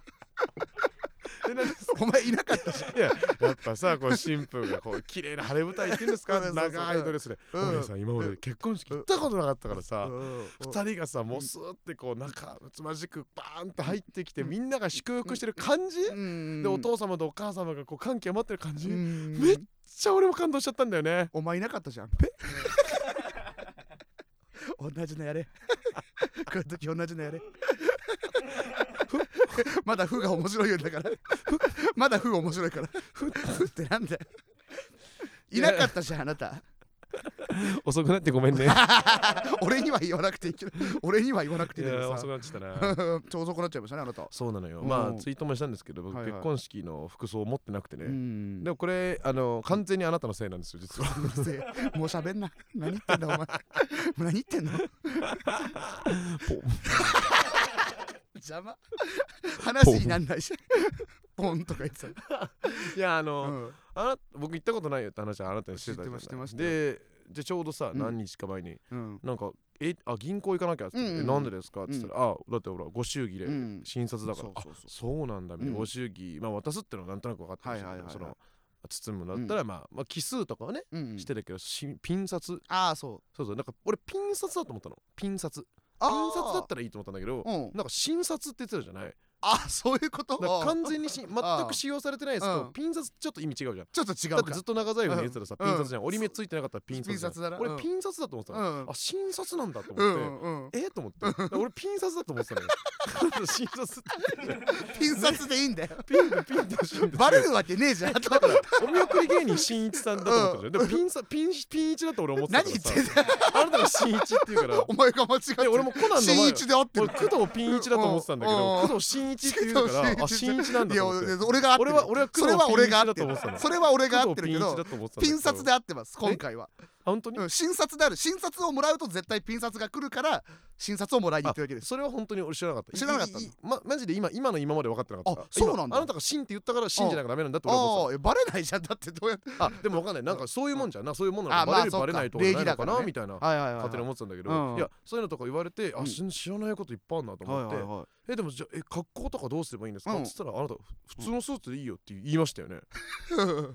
Speaker 1: でなんか
Speaker 2: お前いなかったじ
Speaker 1: いややっぱさこう新婦が こう綺麗な晴れ舞台行ってんですか
Speaker 2: そうそうそう
Speaker 1: 長いドレスで、
Speaker 2: うん
Speaker 1: お姉さん今まで結婚式行ったことなかったから
Speaker 2: ゃ
Speaker 1: さ、
Speaker 2: んうん
Speaker 1: 二人がさもうスーってこう仲睦まじくバーンと入ってきて、
Speaker 2: うん
Speaker 1: みんなが祝福してる感じ、
Speaker 2: うん
Speaker 1: でお父様とお母様がこう歓喜余ってる感じ、
Speaker 2: う
Speaker 1: めっ
Speaker 2: ん
Speaker 1: めちゃ俺も感動しちゃったんだよね。
Speaker 2: お前いなかったじゃん。同じのやれ。 こういう時同じのやれ。まだ「ふ」が面白いようだから。まだ「ふ」面白いから。ふふってなんだよ。いなかったじゃんあなた。
Speaker 1: 遅くなってご めんね。
Speaker 2: 俺には言わなくていいけど、俺には言わなく
Speaker 1: い
Speaker 2: ていいけ
Speaker 1: や
Speaker 2: ど
Speaker 1: 遅
Speaker 2: さ
Speaker 1: く。なっちゃったな。
Speaker 2: ちょうどこなっちゃいましたねあなた。
Speaker 1: そうなのよ。
Speaker 2: うん
Speaker 1: まあツイートもしたんですけど、僕
Speaker 2: はいはい
Speaker 1: 結婚式の服装を持ってなくてね。
Speaker 2: うん
Speaker 1: でもこれあの完全にあなたのせいなんですよ実は。
Speaker 2: うるせえもう喋んな。何言ってんだお前。もう何言ってんの
Speaker 1: ポ
Speaker 2: 邪魔。話になんないし。ポンとか言ってた。
Speaker 1: いやあの、
Speaker 2: うん
Speaker 1: あな僕行ったことないよって話はあなたにしてたじゃない
Speaker 2: 知ってました知って
Speaker 1: で
Speaker 2: ま
Speaker 1: じゃあちょうどさ、
Speaker 2: うん
Speaker 1: 何日か前に
Speaker 2: うん。
Speaker 1: なんか「えあ銀行行かなきゃ」って言って、
Speaker 2: うんうん
Speaker 1: なんでですか?」って言ったら「あだってほらご祝儀で
Speaker 2: うん
Speaker 1: 診察だから、
Speaker 2: そう
Speaker 1: あ
Speaker 2: そうそう
Speaker 1: そうなんだ」みたいな、
Speaker 2: うん
Speaker 1: ご祝儀、まあ、渡すってのはなんとなく分かってましたけど、
Speaker 2: はいはいはいはい
Speaker 1: その包むのだったら、まあ、まあ奇数とかはね、
Speaker 2: うん
Speaker 1: してたけどしピン札そう
Speaker 2: ああ、そう。
Speaker 1: そうなんか俺ピン札だと思ったのピン札ピ
Speaker 2: あー
Speaker 1: ン札だったらいいと思ったんだけど
Speaker 2: うん。
Speaker 1: なんか新札って言ってたじゃない
Speaker 2: あそういうこと
Speaker 1: だから
Speaker 2: うん
Speaker 1: 完全にし全く使用されてないですけど、
Speaker 2: うん
Speaker 1: ピン札ちょっと意味違うじゃん
Speaker 2: ちょっと違
Speaker 1: だっ
Speaker 2: う
Speaker 1: て
Speaker 2: か
Speaker 1: ずっ。と長財布に入れてたらさ、
Speaker 2: うん
Speaker 1: ピン札じゃん折り目ついてなかったらピン札じゃん
Speaker 2: ピン札だなうん
Speaker 1: 俺ピン札だと思ってた
Speaker 2: う
Speaker 1: の、
Speaker 2: ん
Speaker 1: あ新札なんだと
Speaker 2: う
Speaker 1: 思って、
Speaker 2: んうん。
Speaker 1: えーと思ってだから俺ピン札だと思って たのよ 新札って
Speaker 2: ピン札でいいんだよ。
Speaker 1: ピンでピンって押しんで
Speaker 2: バレるわけねえじゃん。
Speaker 1: だからお見送り芸人新一さんだと思ってたじゃんでもピンさピンピン一だと俺思ってた
Speaker 2: 何
Speaker 1: か
Speaker 2: 言
Speaker 1: らさ
Speaker 2: ってんだよ。
Speaker 1: あなたが新一って言うから
Speaker 2: お前が間違って
Speaker 1: いや
Speaker 2: る。
Speaker 1: 俺もコナンの
Speaker 2: 新
Speaker 1: 前
Speaker 2: 一で合って
Speaker 1: 俺
Speaker 2: る。
Speaker 1: 工藤ピン一だと思ってたんだけ
Speaker 2: うん
Speaker 1: ど
Speaker 2: うん
Speaker 1: 工藤新一って言うからあ新一なんだ
Speaker 2: いや
Speaker 1: と思って
Speaker 2: 俺が合って
Speaker 1: 俺
Speaker 2: る。
Speaker 1: は俺は工
Speaker 2: そ
Speaker 1: 藤
Speaker 2: れは
Speaker 1: ピン
Speaker 2: 俺
Speaker 1: 一
Speaker 2: が合
Speaker 1: だ
Speaker 2: って
Speaker 1: と思
Speaker 2: る
Speaker 1: ってたの。
Speaker 2: それは俺が合ってるけ
Speaker 1: 工藤、ピン一
Speaker 2: ど
Speaker 1: だと思ってたんだけ
Speaker 2: ピ
Speaker 1: ど
Speaker 2: ン札で合ってます、今回は。
Speaker 1: あ本当に
Speaker 2: うん、診察である診察をもらうと絶対ピン札が来るから診察をもらいに行ってるわけです
Speaker 1: それは本当に俺知らなかった
Speaker 2: 知らなかった
Speaker 1: いいいまマジで今今の今まで分かってなかった
Speaker 2: あそうなんだ
Speaker 1: 今あなたが「真」って言ったから「真」じゃなきゃダメなんだって俺は
Speaker 2: あ
Speaker 1: 思って
Speaker 2: あバレないじゃんだってどうやって
Speaker 1: たあでも分かんないなんかそういうもんじゃんなそういうもん
Speaker 2: あ
Speaker 1: なの
Speaker 2: まあ
Speaker 1: バレる
Speaker 2: そっか
Speaker 1: バレないとかない
Speaker 2: 礼儀
Speaker 1: の
Speaker 2: だ
Speaker 1: か
Speaker 2: から
Speaker 1: な
Speaker 2: ね
Speaker 1: みたいな
Speaker 2: はいはいはい、
Speaker 1: 勝手に思ってたんだけ
Speaker 2: うんう
Speaker 1: ど
Speaker 2: ん
Speaker 1: いやそういうのとか言われて
Speaker 2: う
Speaker 1: あ
Speaker 2: ん
Speaker 1: し知らないこといっぱいあるなと思って
Speaker 2: は
Speaker 1: えでもじゃあえ格好とかどうすればいいんですかっ
Speaker 2: うん
Speaker 1: つったらあなた普通のスーツでいいよって言いましたよね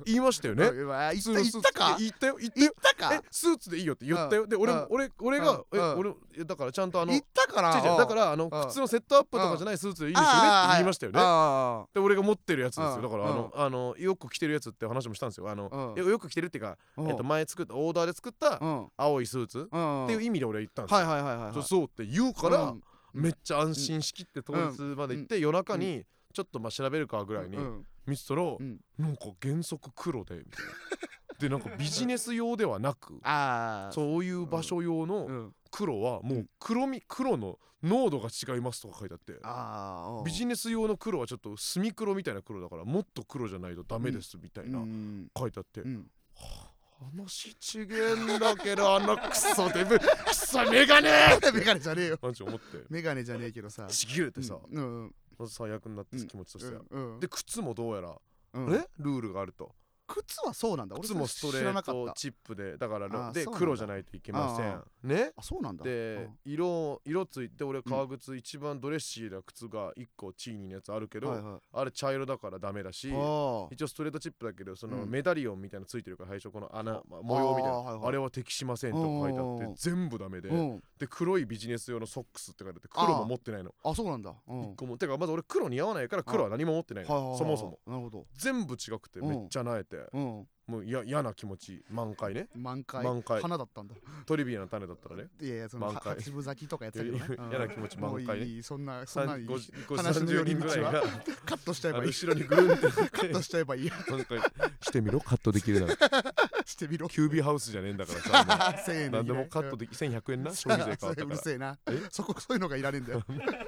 Speaker 2: い
Speaker 1: 言いましたよね
Speaker 2: ね言
Speaker 1: 普
Speaker 2: っ
Speaker 1: 通
Speaker 2: た
Speaker 1: の
Speaker 2: 言
Speaker 1: スーツ
Speaker 2: ったか
Speaker 1: いや言ったよ言った
Speaker 2: 言っ
Speaker 1: よ
Speaker 2: た
Speaker 1: え
Speaker 2: か
Speaker 1: スーツでいいよって言ったよで俺
Speaker 2: うん
Speaker 1: も俺俺がえ
Speaker 2: うん
Speaker 1: 俺えだからちゃんとあの
Speaker 2: 言ったか
Speaker 1: 違
Speaker 2: ら
Speaker 1: う違うだからあの
Speaker 2: うん
Speaker 1: 普通のセットアップとかじゃないスーツでいいですよねって言いましたよね。
Speaker 2: あ
Speaker 1: で俺が持ってるやつです
Speaker 2: う
Speaker 1: よ
Speaker 2: ん
Speaker 1: だからあの,、あのよく着てるやつって話もしたんですよあの、
Speaker 2: うん
Speaker 1: よよく着てるっていうか、
Speaker 2: あはい
Speaker 1: えっと、前作ったオーダーで作った
Speaker 2: うんうん
Speaker 1: 青いスーツ
Speaker 2: うん
Speaker 1: っていう
Speaker 2: 意
Speaker 1: 意味で俺は言ったんですよ、
Speaker 2: はいはいはいはいはい
Speaker 1: そうそうって言うから、
Speaker 2: うん
Speaker 1: めっちゃ安心しきって当日まで行って、夜中にちょっとまあ調べるかぐらいに
Speaker 2: うん
Speaker 1: 見てたら、
Speaker 2: ん
Speaker 1: なんか原則黒でみ たいなでなんかビジネス用ではなく
Speaker 2: ああ
Speaker 1: そういう場所用の
Speaker 2: ん、
Speaker 1: 黒はもう黒み黒の濃度が違いますとか書いてあって
Speaker 2: ああ
Speaker 1: ビジ
Speaker 2: ネ
Speaker 1: ネス用の黒はちょっと墨黒みたいな黒だからもっと黒じゃないとダメですみたいな書いてあって、
Speaker 2: うん
Speaker 1: は話ちげえんだけどあのクソデブクソメガネ
Speaker 2: メガネじゃねえよ
Speaker 1: マジ思って
Speaker 2: メガネじゃねえけどさ
Speaker 1: ちぎれてさ、
Speaker 2: うんうん
Speaker 1: 最悪になって気持ちとしては、
Speaker 2: うん
Speaker 1: で靴もどうやら、
Speaker 2: うんうん
Speaker 1: えルールがあると
Speaker 2: 靴はそうなんだ俺
Speaker 1: 靴もストレ
Speaker 2: 知らな
Speaker 1: ー
Speaker 2: かっ
Speaker 1: ト
Speaker 2: た
Speaker 1: チップでだから
Speaker 2: あー
Speaker 1: で
Speaker 2: そうなんだ
Speaker 1: 黒じゃないといけませんね
Speaker 2: あそうなんだ
Speaker 1: で色色ついて俺革靴一番ドレッシーな靴が1個チーニーのやつあるけ
Speaker 2: うんはい
Speaker 1: ど
Speaker 2: は
Speaker 1: あれ茶色だからダメだし
Speaker 2: いあー
Speaker 1: 一応ストレートチップだけどその
Speaker 2: うん
Speaker 1: メダリオンみたいなのついてるから最初この穴まあ模
Speaker 2: あー
Speaker 1: 様みたい
Speaker 2: はい
Speaker 1: な
Speaker 2: はい
Speaker 1: あれは適しませんとか書いてあ
Speaker 2: う
Speaker 1: っ
Speaker 2: ん
Speaker 1: て全部ダメで
Speaker 2: うん
Speaker 1: で黒いビジネス用のソックスって書いてあって黒も持ってないの
Speaker 2: あそうなんだうん
Speaker 1: 一個もてかまず俺黒似合わないから黒は何も持ってない
Speaker 2: はいはいはい
Speaker 1: の
Speaker 2: はい
Speaker 1: そもそも
Speaker 2: なるほど
Speaker 1: 全部違くて
Speaker 2: うん
Speaker 1: めっちゃなえて
Speaker 2: うん
Speaker 1: もういや嫌な気持ち満開ね
Speaker 2: 満開
Speaker 1: 満開
Speaker 2: 花だったんだ
Speaker 1: トリビアの種だったらね
Speaker 2: いやいやその
Speaker 1: 満開
Speaker 2: 八分咲きとかやって
Speaker 1: 嫌
Speaker 2: るよねうん
Speaker 1: な気持ち
Speaker 2: も
Speaker 1: 満
Speaker 2: う
Speaker 1: 開ね
Speaker 2: いいそんなそんな
Speaker 1: 三
Speaker 2: に
Speaker 1: 五十五
Speaker 2: 話
Speaker 1: 三
Speaker 2: の
Speaker 1: 十
Speaker 2: 寄り
Speaker 1: 人ぐ
Speaker 2: 道
Speaker 1: らい
Speaker 2: は
Speaker 1: が
Speaker 2: カットしちゃえ
Speaker 1: あ
Speaker 2: ば
Speaker 1: の
Speaker 2: いい
Speaker 1: 後ろにぐるんって
Speaker 2: カットしちゃえ ばいい
Speaker 1: なんかしてみろカットできるなら
Speaker 2: してみろ
Speaker 1: キュービーハウスじゃねえんだからさ もう
Speaker 2: 千円
Speaker 1: 何でもカット
Speaker 2: で
Speaker 1: でき1100円な
Speaker 2: き
Speaker 1: 消
Speaker 2: る
Speaker 1: 費税変わっ
Speaker 2: そ
Speaker 1: た
Speaker 2: れう
Speaker 1: か
Speaker 2: る
Speaker 1: ら
Speaker 2: せえな
Speaker 1: え
Speaker 2: そこそういうのがいらねえんだ よ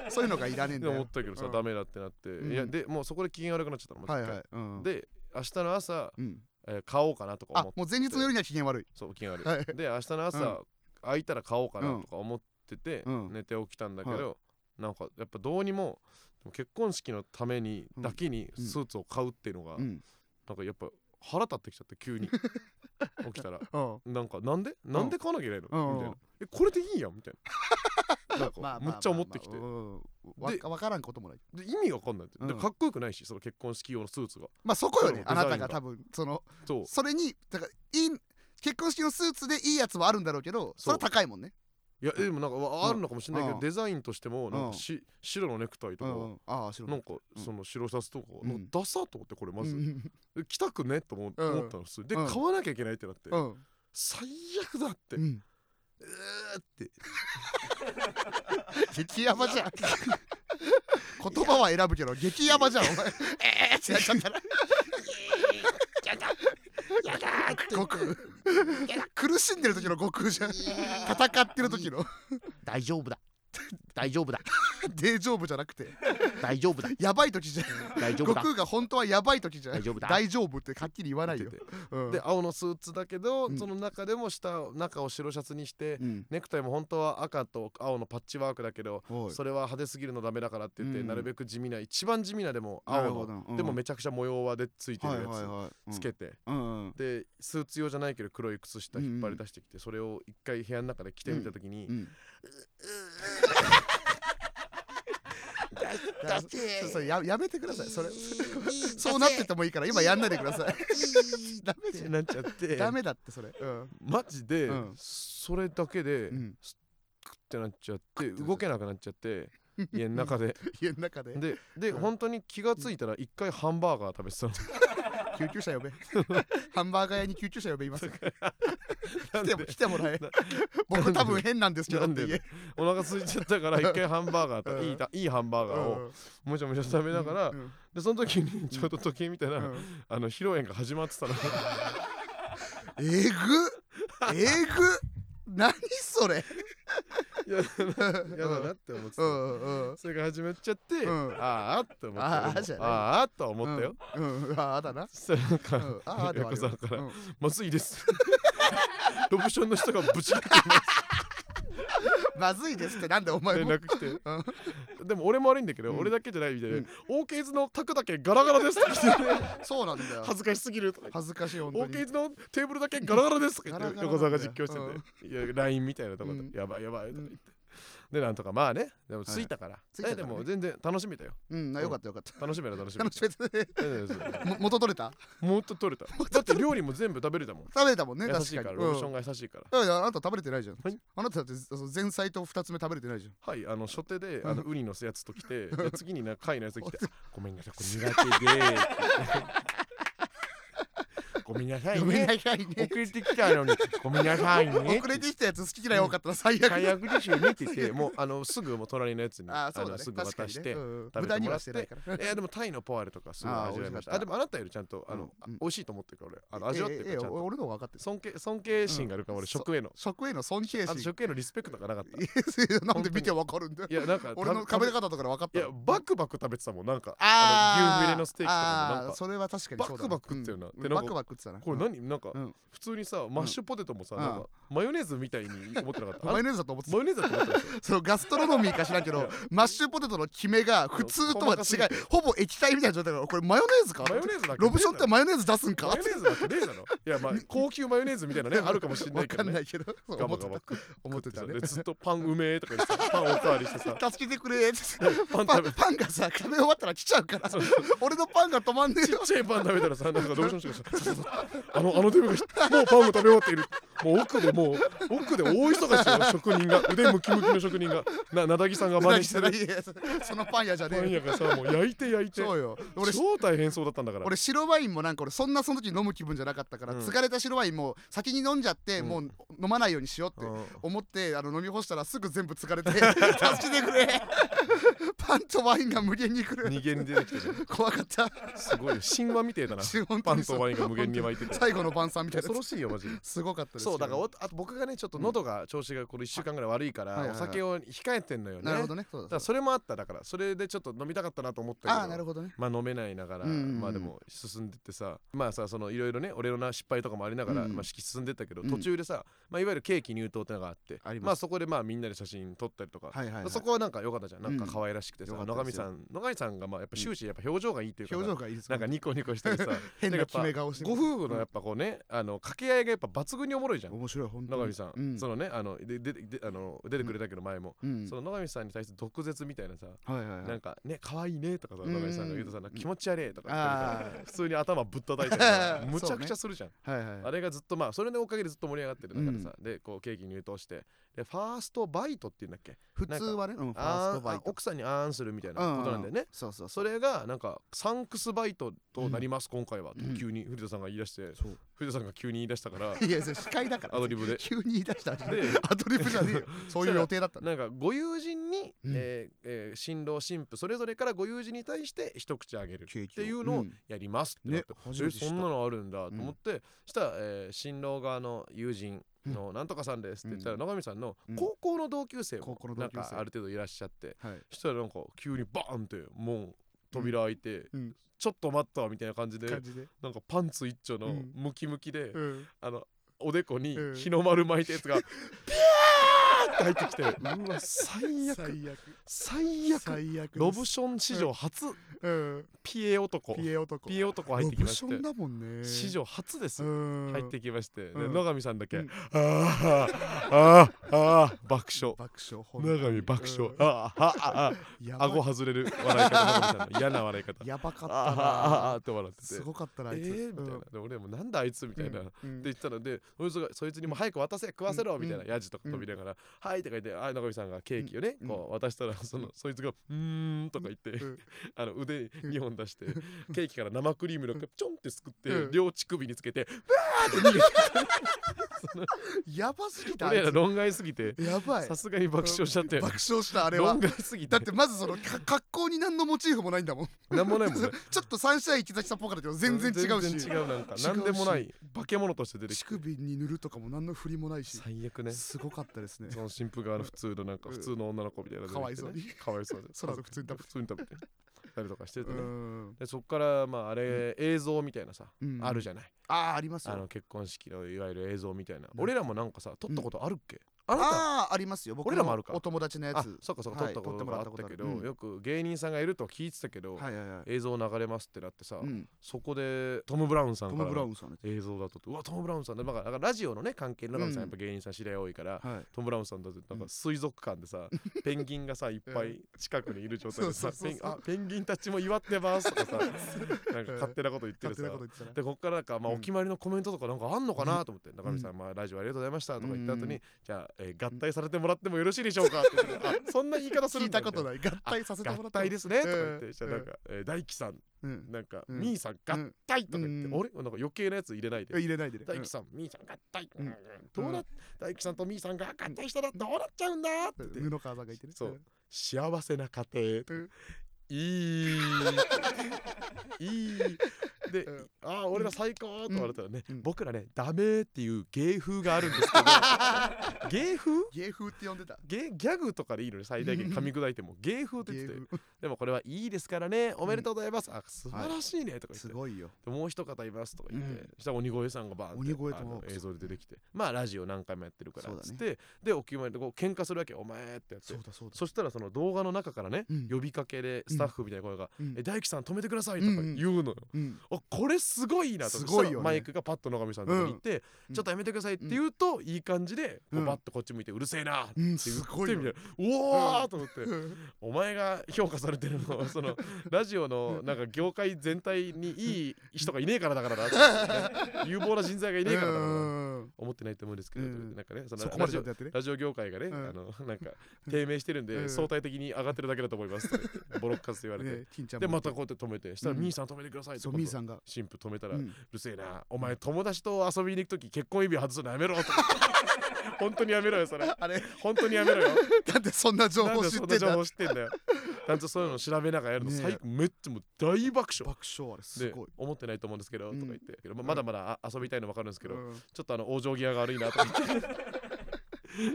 Speaker 2: そういうのがいらねえんだ
Speaker 1: で思っ
Speaker 2: よ
Speaker 1: たけどさ
Speaker 2: うん
Speaker 1: ダメだってなって
Speaker 2: うん
Speaker 1: いやでもうそこで機嫌悪くなっちゃったのもう
Speaker 2: はい
Speaker 1: 一
Speaker 2: は
Speaker 1: 回
Speaker 2: いうん
Speaker 1: で明日の朝
Speaker 2: うん
Speaker 1: えー買おうかなとか
Speaker 2: あ
Speaker 1: 思って
Speaker 2: もう前日の夜には機嫌悪い
Speaker 1: そう機嫌悪
Speaker 2: はい
Speaker 1: いで明日の
Speaker 2: うん
Speaker 1: 朝空いたら買おうかなとか思ってて
Speaker 2: うん
Speaker 1: 寝て起きたんだけどなんかやっぱどうにもでも結婚式のためにだけに
Speaker 2: うん
Speaker 1: スーツを買うっていうのが
Speaker 2: うん
Speaker 1: なんかやっぱ腹立ってきちゃって急 に起きたら
Speaker 2: うん
Speaker 1: なんかなんでなんで買わなきゃいけないの、
Speaker 2: うん
Speaker 1: みたいなえこれでいいやんみたい ななん
Speaker 2: まあまあ
Speaker 1: か
Speaker 2: ま
Speaker 1: む
Speaker 2: あ
Speaker 1: っちゃ思ってきて
Speaker 2: うん
Speaker 1: で
Speaker 2: わわからんこともない
Speaker 1: で意味わかんないって、
Speaker 2: うん
Speaker 1: でかっこよくないしその結婚式用のスーツが
Speaker 2: まあそこよね
Speaker 1: そ
Speaker 2: あ
Speaker 1: うデザインが
Speaker 2: なたが多分その
Speaker 1: そう
Speaker 2: それにだからいい結婚式のスーツでいいやつもあるんだろうけどそれは高いもんね
Speaker 1: いやでもなんかわあるのかもしれないけど、
Speaker 2: うん
Speaker 1: デザインとしてもなん
Speaker 2: うん
Speaker 1: かし、白のネクタイと
Speaker 2: う
Speaker 1: か、
Speaker 2: んうんああ白
Speaker 1: なんか
Speaker 2: うん
Speaker 1: その白シャツとか、
Speaker 2: うん
Speaker 1: なんかダサと思ってこれまず、
Speaker 2: うん
Speaker 1: え着たくねと思,、
Speaker 2: うん
Speaker 1: 思ったの普通で、
Speaker 2: うん
Speaker 1: 買わなきゃいけないってなって、
Speaker 2: うん
Speaker 1: 最悪だって、
Speaker 2: うん
Speaker 1: えーって
Speaker 2: 激ヤバじ ゃん言葉は選ぶけど激ヤバじゃんお前えーってなっちゃったら
Speaker 3: やだーって
Speaker 2: 悟空苦しんでる時の悟空じゃん戦ってる時の
Speaker 3: 大丈夫だ大丈夫だ
Speaker 2: 大丈夫じゃなくて
Speaker 3: 大丈夫だ
Speaker 2: やばい時じゃん
Speaker 3: 大丈夫
Speaker 2: 悟
Speaker 3: だ
Speaker 2: 空が本当はやばい時じゃん
Speaker 3: 大丈夫だ
Speaker 2: 大丈夫ってはっきり言わない
Speaker 1: 言っ
Speaker 2: よ
Speaker 1: てて
Speaker 2: うん
Speaker 1: で青のスーツだけど、
Speaker 2: うん
Speaker 1: その中でも下を中を白シャツにして、
Speaker 2: うん
Speaker 1: ネクタイも本当は赤と青のパッチワークだけど
Speaker 2: おい
Speaker 1: それは派手すぎるのダメだからって言って、
Speaker 2: うん
Speaker 1: なるべく地味な一番地味なでも
Speaker 2: なる
Speaker 1: 青
Speaker 2: ほど
Speaker 1: の、
Speaker 2: うん
Speaker 1: でもめちゃくちゃ模様はでついてる
Speaker 2: はい
Speaker 1: や
Speaker 2: はいはいうん
Speaker 1: つつけて、
Speaker 2: うんうん
Speaker 1: でスーツ用じゃないけど黒い靴下引っ張り出してきて、それを一回部屋の中で着てみた時に、
Speaker 2: うん
Speaker 3: だって
Speaker 2: そうそれややめてくださいそれそううなっててもいいから今やんないでくださいダメ
Speaker 1: っ
Speaker 2: じ
Speaker 1: て
Speaker 2: ゃん
Speaker 1: なっちゃって
Speaker 2: ダメだってそれうん
Speaker 1: マジで、
Speaker 2: うん
Speaker 1: それだけで、
Speaker 2: うん
Speaker 1: クッてなっちゃって
Speaker 2: てなっちゃう
Speaker 1: 動けなくなっちゃ って家の中で
Speaker 2: 家の中で
Speaker 1: でで、
Speaker 2: うん
Speaker 1: 本当に気がついたら一回ハンバーガー食べてたの
Speaker 2: 救急車呼べハンバーガー屋に救急車呼べます 来ても来てもらえ
Speaker 1: な
Speaker 2: 僕多分変なんですけど
Speaker 1: な
Speaker 2: っ
Speaker 1: ん
Speaker 2: て
Speaker 1: で
Speaker 2: 言え
Speaker 1: お腹空いちゃったから一回ハンバーガー
Speaker 2: う
Speaker 1: と
Speaker 2: ん
Speaker 1: いいたいいハンバーガーをもちゃもちゃ食べながら
Speaker 2: うん
Speaker 1: でその時にちょうど時計見た
Speaker 2: う
Speaker 1: ら
Speaker 2: ん
Speaker 1: あの披露宴が始まって たの
Speaker 2: えぐえぐ何 それ
Speaker 1: いややだなって思って
Speaker 2: う
Speaker 1: た
Speaker 2: んうん
Speaker 1: それが始まっちゃって
Speaker 2: うん
Speaker 1: あーあって思って
Speaker 2: あー
Speaker 1: 俺も
Speaker 2: じゃない
Speaker 1: あーあとは思ったよ
Speaker 2: うんうんああだな
Speaker 1: そしたらなん
Speaker 2: う
Speaker 1: か
Speaker 2: ん ああではあ
Speaker 1: 横
Speaker 2: る
Speaker 1: 澤
Speaker 2: よ
Speaker 1: から
Speaker 2: うん
Speaker 1: 「まずいです」 ロブションの人がブチって
Speaker 2: まずいですってなんでお前
Speaker 1: 連
Speaker 2: も
Speaker 1: 絡来てでも俺も悪いんだけど俺だけじゃないみたいで「オーケーズの卓だけガラガラです」って来て
Speaker 2: そうなんだよ
Speaker 1: 恥ずかしすぎるとか言って
Speaker 2: 恥ずかしい本
Speaker 1: オ
Speaker 2: 当
Speaker 1: ーケ
Speaker 2: に
Speaker 1: ーのテーブルだけガラガラですって言って
Speaker 2: ガラガラ
Speaker 1: 横澤が実況して
Speaker 2: なんだ
Speaker 1: て、いや LINE みたいなとこで、
Speaker 2: うん
Speaker 1: やばいやばいとか言って、でなんとかまあねでも着いたから、
Speaker 2: 着いたから
Speaker 1: えで
Speaker 2: ね
Speaker 1: も全然楽しみだよ
Speaker 2: うんなよかったよかった
Speaker 1: 楽しみだ楽しみ
Speaker 2: 楽しめたね
Speaker 1: だうんそう
Speaker 2: も元取れた
Speaker 1: もっと取れただって料理も全部食べれたもん
Speaker 2: 食べれたもんね
Speaker 1: 優
Speaker 2: 確
Speaker 1: しい
Speaker 2: か
Speaker 1: か
Speaker 2: に
Speaker 1: ら
Speaker 2: う
Speaker 1: ロ
Speaker 2: ん
Speaker 1: ブションが優しいから、
Speaker 2: いやいやあなた食べれてないじゃん
Speaker 1: はい
Speaker 2: あなただってその前菜と二つ目食べれてないじゃん
Speaker 1: はいあの初手であのウニのやつと来てで次にな貝のやつが来てごめんなさいこれ苦 手でごめんなさい
Speaker 2: ごめん
Speaker 1: ね
Speaker 2: なさいね
Speaker 1: 遅れてきたのにごめんなさいね
Speaker 2: 遅れてきたやつ好き嫌い多かったら最悪
Speaker 1: 最悪ですよねって言ってもうあのすぐもう隣のやつに
Speaker 2: ああそうだ
Speaker 1: の
Speaker 2: ね
Speaker 1: すぐ
Speaker 2: 確か
Speaker 1: 渡
Speaker 2: に
Speaker 1: し
Speaker 2: ね
Speaker 1: て、
Speaker 2: うんうん
Speaker 1: 食べ
Speaker 2: 無
Speaker 1: てもらって
Speaker 2: 駄にはしてないから
Speaker 1: いやでもタイのポワレとかすごい
Speaker 2: ああ
Speaker 1: 味わいました
Speaker 2: 美味しかった
Speaker 1: あでもあなたよりちゃんとあの、
Speaker 2: うんうん
Speaker 1: 美味しいと思ってるから俺あの味わってるか
Speaker 2: えええ
Speaker 1: ら
Speaker 2: え
Speaker 1: ちゃんと
Speaker 2: 俺の方が分かってる
Speaker 1: 尊敬尊敬心があるから俺、
Speaker 2: うん
Speaker 1: 食への
Speaker 2: 食への尊敬
Speaker 1: あと
Speaker 2: 心
Speaker 1: 食へのリスペクトがなかったい
Speaker 2: いや なんで見て分かるんだよ
Speaker 1: やなんか
Speaker 2: 俺の
Speaker 1: 食
Speaker 2: 食べ
Speaker 1: べ
Speaker 2: 方とかで分かっ
Speaker 1: い
Speaker 2: た
Speaker 1: や
Speaker 2: の
Speaker 1: バクバク食べてたもんなんか
Speaker 2: あ
Speaker 1: の牛
Speaker 2: ー
Speaker 1: フィレのステーキとかもなん
Speaker 2: あー
Speaker 1: か
Speaker 2: それは確かにそう
Speaker 1: バ
Speaker 2: だ
Speaker 1: クバク食ってるな
Speaker 2: うん
Speaker 1: でなんか
Speaker 2: バクバクってたな
Speaker 1: これ何なんか
Speaker 2: うん
Speaker 1: 普通にさマッシュポテトもさ
Speaker 2: うん
Speaker 1: なんかマヨネーズみたいに思ってなかったあ
Speaker 2: マ
Speaker 1: マ
Speaker 2: ヨネーズだと思ってた
Speaker 1: ヨネーズだと思ってたでしょ
Speaker 2: そのガストロノミーか知らんけ
Speaker 1: い
Speaker 2: ど
Speaker 1: や
Speaker 2: マッシュポテトのキメが普通とは
Speaker 1: 細かすぎ
Speaker 2: 違
Speaker 1: て
Speaker 2: うほぼ液体みたいな状態だからこれマヨネーズか
Speaker 1: マヨネーズだけ
Speaker 2: ロブションってマヨネーズ出すんか
Speaker 1: マヨネーズだってねえだろいやまあ 高級マヨネーズみたいなねあるかもしれない
Speaker 2: わ
Speaker 1: け
Speaker 2: か
Speaker 1: ど
Speaker 2: んな
Speaker 1: ね
Speaker 2: いけどそう
Speaker 1: ガバ
Speaker 2: 思って
Speaker 1: ガバ食
Speaker 2: た
Speaker 1: っ
Speaker 2: 思って
Speaker 1: て
Speaker 2: た
Speaker 1: さ
Speaker 2: ね
Speaker 1: でずっとパンうめえとか言って さパンおかわりしてさ
Speaker 2: 助けてくれーって
Speaker 1: パン
Speaker 2: パ
Speaker 1: 食
Speaker 2: ン
Speaker 1: べ
Speaker 2: パンがさ食べ終わったら来ちゃうから俺のパンが止まんねえよ
Speaker 1: ちっちゃいパン食べたらさ、なんかどうしようもしかした。あの、あのデブが、もうパンを食べ終わっている。もう奥でもう、奥で大忙しよ、職人が。腕ムキムキの職人が。な、なだぎさんが真似してる。
Speaker 2: いやいや そのパン屋じゃね
Speaker 1: パン
Speaker 2: えよ
Speaker 1: 屋がさ、もう焼いて焼いて。
Speaker 2: そうよ俺
Speaker 1: 超大変そうだったんだから。
Speaker 2: 俺白ワインもなんか俺そんなその時飲む気分じゃなかったから、
Speaker 1: うん
Speaker 2: 継がれた白ワインも先に飲んじゃって、
Speaker 1: うん
Speaker 2: もう飲まないようにしようって
Speaker 1: うん
Speaker 2: 思ってあの飲み干したらすぐ全部継 がれて助けてくれパンとワインが無限に来る
Speaker 1: 二限出てきてね。
Speaker 2: 怖かった
Speaker 1: すごいよ。神話みてえだな。
Speaker 2: 本
Speaker 1: パ
Speaker 2: 当
Speaker 1: ン
Speaker 2: にそう
Speaker 1: とワインが無限に湧いてて。
Speaker 2: 最後の晩餐みたいな
Speaker 1: 恐ろしいよ、マジで。
Speaker 2: すごかったです
Speaker 1: そうだから
Speaker 2: ら
Speaker 1: おあと僕がねちょっと喉が調子がこの1週間ぐらい悪いか
Speaker 2: はい
Speaker 1: ら
Speaker 2: はいは
Speaker 1: お
Speaker 2: い
Speaker 1: 酒を控えてんのよね
Speaker 2: なるほど
Speaker 1: だ
Speaker 2: ねそうだ
Speaker 1: からそれもあっただからそれでちょっと飲みたかったなと思ったけ
Speaker 2: ああーなる
Speaker 1: ど
Speaker 2: ほどね
Speaker 1: まあ飲めないながら、
Speaker 2: うんうんうん
Speaker 1: まあでも進んでってさまあさそのいろいろね俺のな失敗とかもありながら、
Speaker 2: うんうん
Speaker 1: まあ式進んでったけど、
Speaker 2: うん
Speaker 1: 途中でさ、まあ、いわゆるケーキ入刀ってのがあって
Speaker 2: あります
Speaker 1: あそこでまあみんなで写真撮ったりとか、
Speaker 2: はいはい、はい、
Speaker 1: そこはなんか良かったじゃんなんか可愛らしくてさ、
Speaker 2: うん良
Speaker 1: 野
Speaker 2: かった
Speaker 1: 上
Speaker 2: ですよ
Speaker 1: さん野上さんがまあやっぱ終始やっぱ表情がいいっていうかさ、
Speaker 2: 表情がいいです
Speaker 1: なんかニコニコした りさ
Speaker 2: 変
Speaker 1: なん
Speaker 2: な
Speaker 1: か
Speaker 2: 決
Speaker 1: やっぱ
Speaker 2: め顔して
Speaker 1: ご夫婦のやっぱこうねあの掛け合いがやっぱ抜群におもろいじゃん
Speaker 2: 面白い本当
Speaker 1: 野
Speaker 2: に
Speaker 1: 上さん、
Speaker 2: うん
Speaker 1: そのねあのででであの出てくれたけど前も、
Speaker 2: うん
Speaker 1: その野上さんに対する毒舌みたいなさ、
Speaker 2: はいはいはい
Speaker 1: なんかね可愛いねとかさ
Speaker 2: うん
Speaker 1: 野上さんが言うとさなんか気持ち悪いとか言ってる
Speaker 2: あ
Speaker 1: から普通に頭ぶったたいてさ
Speaker 2: そうね
Speaker 1: むちゃくちゃするじゃん、
Speaker 2: あはいはい
Speaker 1: あれがずっとまあそれのおかげでずっと盛り上がってるだからさ、でこうケーキ入刀してでファーストバイトっていうんだっけ
Speaker 2: 普通はね、うん、ファーストバイ
Speaker 1: あーあ
Speaker 2: ト。
Speaker 1: 奥さんにあーんするみたいな
Speaker 2: うん
Speaker 1: ことなんだよね、
Speaker 2: そうそう
Speaker 1: そ
Speaker 2: れ。
Speaker 1: れがなんかサンクスバイトとなります、今回はと
Speaker 2: うん
Speaker 1: 急に藤田さんが言い出して、
Speaker 2: そう
Speaker 1: 藤田さんが急に言い出したから
Speaker 2: いや、それ司会だから。
Speaker 1: アドリブ で
Speaker 2: 急に言い出したわけ
Speaker 1: で
Speaker 2: アドリブじゃねえよ。そういう予定だったの。
Speaker 1: なんかご友人に、
Speaker 2: うん
Speaker 1: えーえー新郎新婦それぞれからご友人に対して一口あげるっ
Speaker 2: ケーキ
Speaker 1: て
Speaker 2: を
Speaker 1: いうの
Speaker 2: う
Speaker 1: を
Speaker 2: ん
Speaker 1: やりますってなっ
Speaker 2: ね
Speaker 1: て、
Speaker 2: 初めて知った
Speaker 1: えそんなのあるんだと思って、したら、えー新郎側の友人のなんとかさんですって言ったら、
Speaker 2: う
Speaker 1: 野上さんの
Speaker 2: うん
Speaker 1: 高校の同級生
Speaker 2: 高
Speaker 1: も
Speaker 2: 校の
Speaker 1: な
Speaker 2: 同
Speaker 1: ん
Speaker 2: 級生
Speaker 1: かある程度いらっしゃって
Speaker 2: はい。
Speaker 1: したらなんか急にバーンってもう扉開いて、
Speaker 2: うん
Speaker 1: ちょっと待ったわみたいな感じで
Speaker 2: 感じで。
Speaker 1: なんかパンツ一丁
Speaker 2: う
Speaker 1: の
Speaker 2: ん
Speaker 1: ムキムキで、
Speaker 2: うん。
Speaker 1: あのおでこに
Speaker 2: うん
Speaker 1: 日の丸巻いたやつ がピャーって入ってきてうわ最悪
Speaker 2: 最悪。
Speaker 1: 最悪
Speaker 2: 最悪です。
Speaker 1: ロブション史上初
Speaker 2: うん。
Speaker 1: ピエ男
Speaker 2: ピエ男。
Speaker 1: ピエ男入ってきまし
Speaker 2: ロブション
Speaker 1: て
Speaker 2: だもんね。
Speaker 1: 史。上初です
Speaker 2: うん。
Speaker 1: 入ってきましてで
Speaker 2: うん
Speaker 1: 野上さんだけ
Speaker 2: う
Speaker 1: あ
Speaker 2: ん
Speaker 1: ああああー爆笑
Speaker 2: 爆笑。本当に
Speaker 1: 野上爆笑
Speaker 2: うん
Speaker 1: あああ
Speaker 2: や
Speaker 1: あ
Speaker 2: ば
Speaker 1: 顎外れる笑い方野上さんの嫌な笑い方
Speaker 2: やばかっ
Speaker 1: あ
Speaker 2: た
Speaker 1: あああああ
Speaker 2: な。
Speaker 1: って笑ってて
Speaker 2: すごかったな、あ
Speaker 1: え
Speaker 2: いつ。
Speaker 1: ーみたいなで俺もなんだあいつみたいな
Speaker 2: うん。
Speaker 1: って言ったので、そいつがそいつにも早く渡せ食わせろみたいなヤジとか飛びながら「はい」とか言ってあ中見さんがケーキをね、
Speaker 2: うん
Speaker 1: こう渡したらそのそいつが「うーん」とか言って、
Speaker 2: うん
Speaker 1: あの腕2本出して、ケーキから生クリームのちょんってすくって、
Speaker 2: うん
Speaker 1: 両乳首につけて
Speaker 2: やばすぎた。あ
Speaker 1: 俺
Speaker 2: い
Speaker 1: ら
Speaker 2: つ
Speaker 1: 論外すぎて
Speaker 2: やばい
Speaker 1: さ。すがに爆笑しちゃって、
Speaker 2: 爆笑した、あれは
Speaker 1: 論。外すぎて
Speaker 2: だってまずそのか格好に何のモチーフもないんだもん
Speaker 1: 何もないもんね
Speaker 2: ちょっと3試合池崎さんっぽかったけど全然違うし
Speaker 1: 全然違うなんか
Speaker 2: 違うし
Speaker 1: 何でもない化け物として出てき
Speaker 2: 乳
Speaker 1: て
Speaker 2: 首に塗るとかも何の振りもないし、
Speaker 1: 最悪ね
Speaker 2: すごかったですね
Speaker 1: その新婦側の普通のなんか
Speaker 2: うん
Speaker 1: 普通の女の子みたいなの出てきてね
Speaker 2: かわいそうに
Speaker 1: かわいそうで
Speaker 2: そらそら普通に食べ
Speaker 1: 普通に食べてたりとかして
Speaker 2: う
Speaker 1: てね、
Speaker 2: ん、
Speaker 1: でそっからまああれ、映像みたいなさ、
Speaker 2: うん
Speaker 1: あるじゃない
Speaker 2: あああります
Speaker 1: あ
Speaker 2: よ
Speaker 1: の結婚式のいわゆる映像みたいな、俺らもなんかさ撮ったことあるっけ、あなた
Speaker 2: ああーありますよ僕
Speaker 1: 俺らもあるか
Speaker 2: お友達のや
Speaker 1: あ
Speaker 2: つ
Speaker 1: そっかそっか、
Speaker 2: はい
Speaker 1: 撮ったことがあった
Speaker 2: 撮
Speaker 1: け
Speaker 2: って
Speaker 1: ど、
Speaker 2: もらったことあるうん
Speaker 1: よく芸人さんがいると聞いてたけど、
Speaker 2: はいはいはい、
Speaker 1: 映像流れますってなってさ、
Speaker 2: うん、
Speaker 1: そこでトム・ブラウンさ
Speaker 2: ト
Speaker 1: んか
Speaker 2: ム・
Speaker 1: ら
Speaker 2: ブラウンさんね
Speaker 1: 映像だとってうわトム・ブラウンさんだからだからラジオのね関係の中身さん、
Speaker 2: う
Speaker 1: や
Speaker 2: ん
Speaker 1: っぱ芸人さん知り合い多いから、
Speaker 2: はい
Speaker 1: トム・ブラウンさんだってなんか水族館で さ、ペンギンがさいっぱい近くにいる状態で
Speaker 2: そ
Speaker 1: さ
Speaker 2: うそうそうそう
Speaker 1: ペンあペンギンたちも祝ってますとかさなんか勝手なこと言ってる
Speaker 2: 勝
Speaker 1: さ
Speaker 2: 手なこと言ってたな
Speaker 1: でこっからなんか、まあ、
Speaker 2: うん
Speaker 1: お決まりのコメントとかなんかあんのかなと思って、中身さん、まあ、ラジオありがとうございましたとか言った後に、
Speaker 2: うん
Speaker 1: じゃあ、えー合体されてもらってもよろしいでしょうかって言ってあそんな言い方するん
Speaker 2: 聞い
Speaker 1: だ
Speaker 2: たこと
Speaker 1: い
Speaker 2: ない合体させてもらった
Speaker 1: 合体ですねとか言って、
Speaker 2: うん
Speaker 1: じゃあなんか、えー大輝さん
Speaker 2: うん
Speaker 1: なんか、
Speaker 2: うん
Speaker 1: みーさん合
Speaker 2: うん
Speaker 1: 体とか言って、
Speaker 2: うん
Speaker 1: あれなんか余計なやつ入れないで、
Speaker 2: 入れないでね
Speaker 1: 大輝さんみーさん合体、
Speaker 2: うん
Speaker 1: どうな
Speaker 2: うん
Speaker 1: 大輝さんとみーさんが合体したらどうなっちゃうんだって言って、
Speaker 2: うん布川さんが言ってね
Speaker 1: そう幸せな家庭、
Speaker 2: うん
Speaker 1: いいいいで、
Speaker 2: うん
Speaker 1: ああ俺ら最高と言われたらね、
Speaker 2: うんうん
Speaker 1: 僕らねダメーっていう芸風があるんですけど 芸風
Speaker 2: 芸風って呼んでた
Speaker 1: 芸ギャグとかでいいのに最大限噛み砕いても芸風って言
Speaker 2: 芸
Speaker 1: ってて
Speaker 2: 風
Speaker 1: でもこれはいいですからねおめでとうございます、あ素晴らしいねとか言って、
Speaker 2: すごいよ
Speaker 1: でもう一方いますとか言って、
Speaker 2: うん
Speaker 1: そしたら鬼越さんがバーンって
Speaker 2: 鬼越と
Speaker 1: あの
Speaker 2: そう
Speaker 1: 映像で出てきてまあラジオ何回もやってるから
Speaker 2: そ
Speaker 1: っ
Speaker 2: うだ
Speaker 1: つ
Speaker 2: ね
Speaker 1: って、でお決まりでこう喧嘩するわけお前ってやって
Speaker 2: そうだそうだ
Speaker 1: そしたらその動画の中からね、
Speaker 2: うん
Speaker 1: 呼びかけでスタッフみたいな声が「
Speaker 2: うん
Speaker 1: え大樹さん止めてください」とか言うのよ、
Speaker 2: うん
Speaker 1: あこれすごいなと
Speaker 2: すご
Speaker 1: そ
Speaker 2: いよね
Speaker 1: したらマイクがパッと野上さんのとこに行って、
Speaker 2: うん
Speaker 1: ちょっとやめてください」って言うと、いい感じでこ
Speaker 2: う
Speaker 1: うんバッとこっち向いて「うるせえな」って
Speaker 2: うん
Speaker 1: 言
Speaker 2: す
Speaker 1: っ
Speaker 2: ごい
Speaker 1: て
Speaker 2: よ
Speaker 1: み
Speaker 2: ね
Speaker 1: たいな「うお
Speaker 2: う
Speaker 1: ー!」
Speaker 2: ん
Speaker 1: と思って、
Speaker 2: うん
Speaker 1: お前が評価されてる のはそのラジオのなんか業界全体にいい人がいねえからだ からだ、って有望な人材がいねえからだからな
Speaker 2: うん
Speaker 1: 思ってないと思うんですけど、
Speaker 2: うん
Speaker 1: なんかねその
Speaker 2: そこま
Speaker 1: ラジ
Speaker 2: でちょ
Speaker 1: オ
Speaker 2: っとやってね
Speaker 1: ラジオ業界がね、
Speaker 2: うん
Speaker 1: あのなんか低迷してるんで、
Speaker 2: うん
Speaker 1: 相対的に上がってるだけだと思いますとか言ってボロッカス言 われて、
Speaker 2: ね金ちゃん
Speaker 1: で
Speaker 2: も
Speaker 1: またこうやって止めてしたら、
Speaker 2: うん
Speaker 1: ミーさん止めてくださいって
Speaker 2: そう
Speaker 1: 今
Speaker 2: ミ
Speaker 1: 度
Speaker 2: ーさんが
Speaker 1: 新婦止めたら、
Speaker 2: う
Speaker 1: うんるせえなお前友達と遊びに行く時結婚指輪外すのやめろと 本当にやめろよそれ
Speaker 2: あれ
Speaker 1: 本当にやめろよ
Speaker 2: だってそんな情
Speaker 1: なん
Speaker 2: 報
Speaker 1: で
Speaker 2: 知
Speaker 1: そ
Speaker 2: っ
Speaker 1: んな
Speaker 2: て
Speaker 1: 情
Speaker 2: た
Speaker 1: 報知ってんだよ。ちゃんとそういうの調べながらやるの
Speaker 2: ねえ
Speaker 1: 最高、めっちゃもう大爆笑。
Speaker 2: 爆笑あれす
Speaker 1: で
Speaker 2: ごい
Speaker 1: 思ってないと思うんですけど、
Speaker 2: うん
Speaker 1: とか言って、けどままだまだあ遊びたいの分かるんですけど、
Speaker 2: うん
Speaker 1: ちょっとあの往生際が悪いなとか言 って。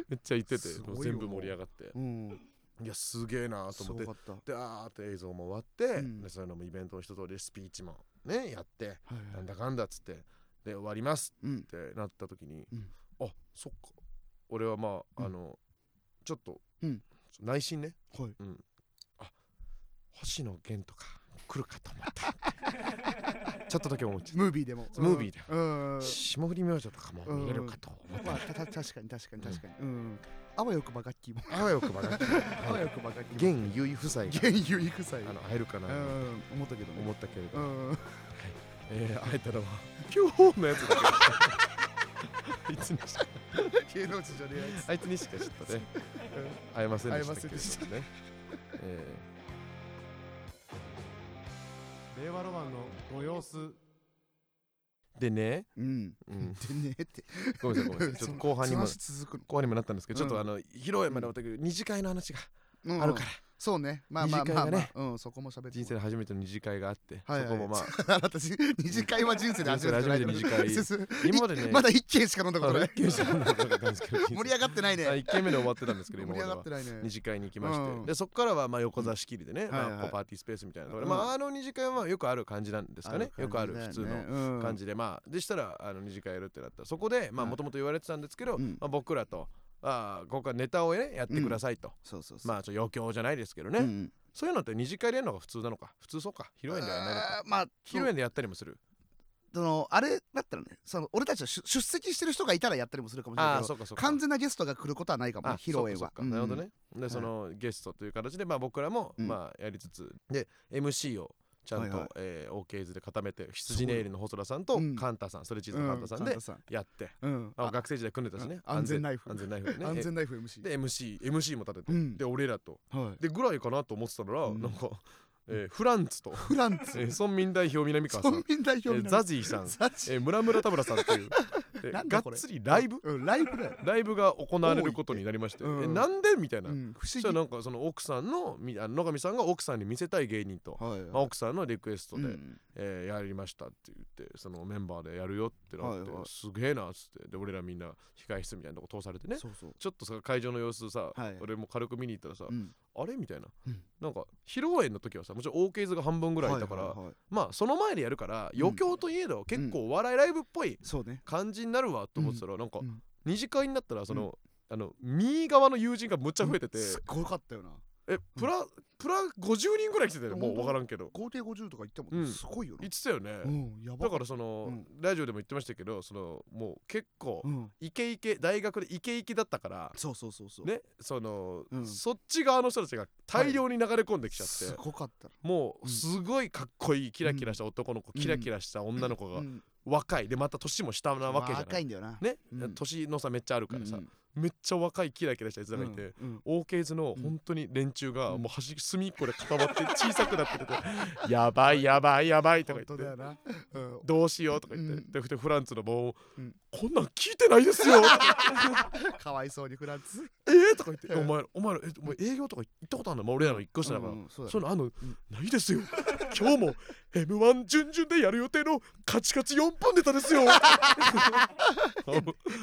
Speaker 1: めっちゃ言ってて
Speaker 2: すごいよ
Speaker 1: もう全部盛り上がって
Speaker 2: うん
Speaker 1: いやすげえなと
Speaker 2: す
Speaker 1: 思っ
Speaker 2: ご
Speaker 1: て
Speaker 2: かったは
Speaker 1: であーって映像も終わって、
Speaker 2: うん
Speaker 1: でそういうのもイベントの一通りでスピーチもねやって、
Speaker 2: いはい
Speaker 1: なんだかんだっつってで終わります
Speaker 2: うん
Speaker 1: ってなった時に、
Speaker 2: うん
Speaker 1: あそっか俺はまあ、
Speaker 2: うん
Speaker 1: あのちょっと、
Speaker 2: うん
Speaker 1: 内心ね、
Speaker 2: はい
Speaker 1: うん、あ星野源とか来るかと思った ちょっとだけ思っちゃっ
Speaker 2: ムービーでも
Speaker 1: そうムービーで
Speaker 2: うんうん
Speaker 1: た霜降り明星とかも見れるかと思った、
Speaker 2: まあたた確かに確かに確かにうんあわよくば楽器も
Speaker 1: あわよくばが
Speaker 2: あわよくば楽器も
Speaker 1: 現結衣夫妻が
Speaker 2: 原油育才
Speaker 1: あの会えるかな
Speaker 2: う
Speaker 1: と
Speaker 2: ん思ったけどね
Speaker 1: 思ったけれど、
Speaker 2: うん
Speaker 1: えー会えたのは今日のやつだけだあいつにしか
Speaker 2: 芸能人じゃねえやつ
Speaker 1: あいつにしかちょっとね会えませんでしたけれどもね
Speaker 2: 会えませんでし
Speaker 1: えー
Speaker 4: 令和ロマンのご様子
Speaker 1: でね、
Speaker 2: うん
Speaker 1: うん、
Speaker 2: でねえって
Speaker 1: ごめんなさいごめんなさいちょっと後半にも
Speaker 2: その話続く
Speaker 1: 後半にもなったんですけど、
Speaker 2: うん
Speaker 1: ちょっとあの広いまでおたく二次会の話が
Speaker 2: のうん
Speaker 1: あるから、
Speaker 2: そうねまあまあ
Speaker 1: 二
Speaker 2: まあ
Speaker 1: 次会
Speaker 2: ま
Speaker 1: が
Speaker 2: あ
Speaker 1: ね
Speaker 2: うんそこも喋って
Speaker 1: 人生で初めての二次会があって、
Speaker 2: はいはい
Speaker 1: そこもまあ
Speaker 2: 私二次会は人生で初めてじゃ ない
Speaker 1: 人生で初めて二今までね
Speaker 2: まだ一軒しか飲んだことない
Speaker 1: 一軒しか飲んだことなかったんですけど
Speaker 2: 盛り上がってない
Speaker 1: あ
Speaker 2: ね
Speaker 1: 一軒目で終わってたんですけど 今
Speaker 2: 盛り
Speaker 1: まで
Speaker 2: 上がっ
Speaker 1: は
Speaker 2: てないね
Speaker 1: 二次会に行きまして、
Speaker 2: うん
Speaker 1: でそこからはまあ横座仕切りでね、まあ
Speaker 2: はいはい
Speaker 1: こうパーティースペースみたいなところで、
Speaker 2: うん
Speaker 1: まああの二次会はまあよくある感じなんですかねよくある普通の
Speaker 2: の
Speaker 1: 感じで、まあでしたらあの二次会やるってなったらそこでまあ
Speaker 2: はい
Speaker 1: もともと言われてたんですけど、
Speaker 2: うん
Speaker 1: まあ、僕らとああここからネタをねやってくださいと、
Speaker 2: そうそうそう
Speaker 1: まあちょっと余興じゃないですけどね、
Speaker 2: うん
Speaker 1: そういうのって二次会でやるのが普通なのか普通そうか披露宴ではないのか
Speaker 2: あーまあ
Speaker 1: 披露宴でやったりもする
Speaker 2: そのあれだったらねその俺たちは出出席してる人がいたらやったりもするかもしれないけど
Speaker 1: うかそ
Speaker 2: 完全なゲストが来ることはないかもね
Speaker 1: あ
Speaker 2: 披露宴は
Speaker 1: そっかそっかなるほど
Speaker 2: うん
Speaker 1: ねでそのゲストという形でまあ僕らも
Speaker 2: うん
Speaker 1: まあやりつつで MC をちゃん
Speaker 2: はいはい
Speaker 1: とえー OK 図で固めて羊ネイルの細田さんと
Speaker 2: うん
Speaker 1: カンタさんそれチーズのカンタさん
Speaker 2: う
Speaker 1: で
Speaker 2: 神田
Speaker 1: やって
Speaker 2: うん
Speaker 1: あ学生時代組んでたしね
Speaker 2: うん安全ナイフ
Speaker 1: 安全ナイフね
Speaker 2: 安全ナイフ MC
Speaker 1: で MC MC も立て
Speaker 2: う
Speaker 1: て
Speaker 2: ん
Speaker 1: で俺らと
Speaker 2: はい
Speaker 1: でぐらいかなと思ってたら
Speaker 2: うん
Speaker 1: なんかえーフランツと
Speaker 2: フランツ
Speaker 1: えー村民代表南川さ ん
Speaker 2: 村民代
Speaker 1: え
Speaker 2: 表
Speaker 1: ー
Speaker 2: みたい
Speaker 1: ザ
Speaker 2: な
Speaker 1: ジーさん
Speaker 2: ザジ
Speaker 1: えー村村田村さん というえ
Speaker 2: なん
Speaker 1: が
Speaker 2: だ
Speaker 1: っ
Speaker 2: これ
Speaker 1: つりライブ
Speaker 2: うんライブだよ
Speaker 1: ライブが行われることになりまして、
Speaker 2: 多いって
Speaker 1: え
Speaker 2: うん
Speaker 1: なんでみたいな、
Speaker 2: うん不
Speaker 1: そ
Speaker 2: 思
Speaker 1: した
Speaker 2: 議
Speaker 1: らなんかその奥さんのみあ野上さんが奥さんに見せたい芸人と、
Speaker 2: はい
Speaker 1: まあ、奥さんのリクエストで、
Speaker 2: うん
Speaker 1: えーやりましたって言ってそのメンバーでやるよってなって、
Speaker 2: はいはい
Speaker 1: すげえなっつってで俺らみんな控室みたいなとこ通されてね
Speaker 2: そうそう
Speaker 1: ちょっとさ会場の様子さ、
Speaker 2: はい
Speaker 1: 俺も軽く見に行ったらさ、
Speaker 2: うん
Speaker 1: あれみたいな、
Speaker 2: うん
Speaker 1: なんか披露宴の時はさもちろん OK 図が半分ぐらいいたから、
Speaker 2: はいはいはい
Speaker 1: まあその前でやるから
Speaker 2: うん
Speaker 1: 余興といえど結構お笑いライブっぽい
Speaker 2: そうね
Speaker 1: 感じになるわと思ってたら、なんか
Speaker 2: うん
Speaker 1: 二次会になったらその、あの右側の友人がむっちゃ増えてて、
Speaker 2: すっごかったよな
Speaker 1: えプラ、プラ50人ぐらい来てたよもう
Speaker 2: 本当
Speaker 1: 分からんけど
Speaker 2: 合計50とか言ったも
Speaker 1: うんん
Speaker 2: ねすごいよな
Speaker 1: 言ってたよね、
Speaker 2: うんや
Speaker 1: だ
Speaker 2: ばか
Speaker 1: か
Speaker 2: っ
Speaker 1: らその、
Speaker 2: うん
Speaker 1: ラジオでも言ってましたけどそのもう結構
Speaker 2: たうん
Speaker 1: イケイケ大学でイケイケだったから
Speaker 2: そうそうそうそう
Speaker 1: ねその、
Speaker 2: うん
Speaker 1: そっち側の人たちが大量に流れ込んできちゃって、
Speaker 2: すごかったな
Speaker 1: もう
Speaker 2: うん
Speaker 1: すごいかっこいいキラキラした男の子、
Speaker 2: うん
Speaker 1: キラキラした女の子が
Speaker 2: うん
Speaker 1: 若いでまた年も下なわけじゃない
Speaker 2: 若いんだよな
Speaker 1: ね、
Speaker 2: うん
Speaker 1: 年の差めっちゃあるからさ、
Speaker 2: うん
Speaker 1: めっちゃ若いキラキラしたやつらがいて、
Speaker 2: うんうん
Speaker 1: OK 図の
Speaker 2: うん
Speaker 1: 本当に連中が
Speaker 2: うん
Speaker 1: もう端隅っこで固まって小さくなって て「やばいやばいやばい」とか
Speaker 2: 本
Speaker 1: 言
Speaker 2: 当
Speaker 1: っ
Speaker 2: だ
Speaker 1: て
Speaker 2: よな、うん
Speaker 1: 「どうしよう」とか言
Speaker 2: うん
Speaker 1: ってでフランツの棒を
Speaker 2: うん
Speaker 1: 「こんなん聞いてないです よ」
Speaker 2: かわいそうにフランツ
Speaker 1: えーとか言って「
Speaker 2: うん
Speaker 1: お前らお前らえお前営業とか行ったことあるのまあ俺らの一個下だから」
Speaker 2: うんうんそうだね
Speaker 1: そういうのあんの、ないですよ今日も m 1準々でやる予定のカチカチ4本ネタです よ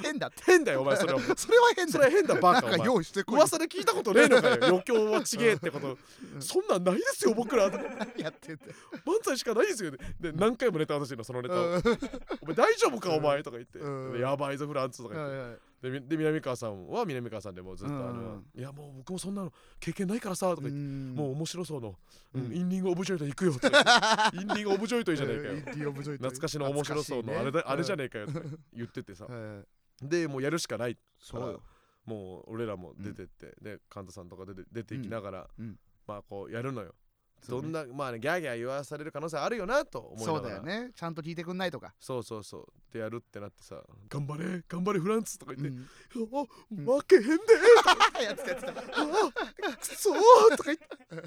Speaker 2: 変だって
Speaker 1: 変だよお前それは
Speaker 2: それは変だ
Speaker 1: それは変だバ
Speaker 2: なん
Speaker 1: カお
Speaker 2: か
Speaker 1: 前
Speaker 2: 用意してこい
Speaker 1: 噂で聞いたことねえの かよ余興はちげえってこと、
Speaker 2: うん
Speaker 1: そんなんないですよ僕ら漫
Speaker 2: 何やってんだよ
Speaker 1: 才しかないですよ、ね、で何回もネタ私のそのネタを、
Speaker 2: うん
Speaker 1: お前大丈夫かお前とか言って、
Speaker 2: うん
Speaker 1: でやばいぞフランツとか言って、
Speaker 2: はいはい
Speaker 1: でみで南川さんは南川さんでもうずっとあの、
Speaker 2: うん
Speaker 1: いやもう僕もそんなの経験ないからさとか言って、
Speaker 2: ん
Speaker 1: もう面白そうの、う
Speaker 2: うんん
Speaker 1: インディング・オブ・ジョイト行く よとか言ってインディング・オブ・ジョイトじゃねえかよ
Speaker 2: インディオブジョイという
Speaker 1: 懐かしの面白そうのあれだ、あれじゃ
Speaker 2: ね
Speaker 1: ねえかよとか言っててさ
Speaker 2: え、はいはい
Speaker 1: でもうやるしかない
Speaker 2: そうよ
Speaker 1: もう俺らも出てって、で神田さんとか出て出ていきながら、
Speaker 2: うんうん
Speaker 1: まあこうやるのよ、
Speaker 2: そう
Speaker 1: ど
Speaker 2: ね
Speaker 1: んなまあねギャーギャー言わされる可能性あるよなと思いなが
Speaker 2: そ
Speaker 1: ら
Speaker 2: うだよねちゃんと聞いてくんないとか
Speaker 1: そうそうそうってやるってなってさ頑張れ頑張れフランツとか言って、
Speaker 2: ん
Speaker 1: あ
Speaker 2: ん
Speaker 1: 負けへんで
Speaker 2: やってたやってた
Speaker 1: あくそーとか言って滑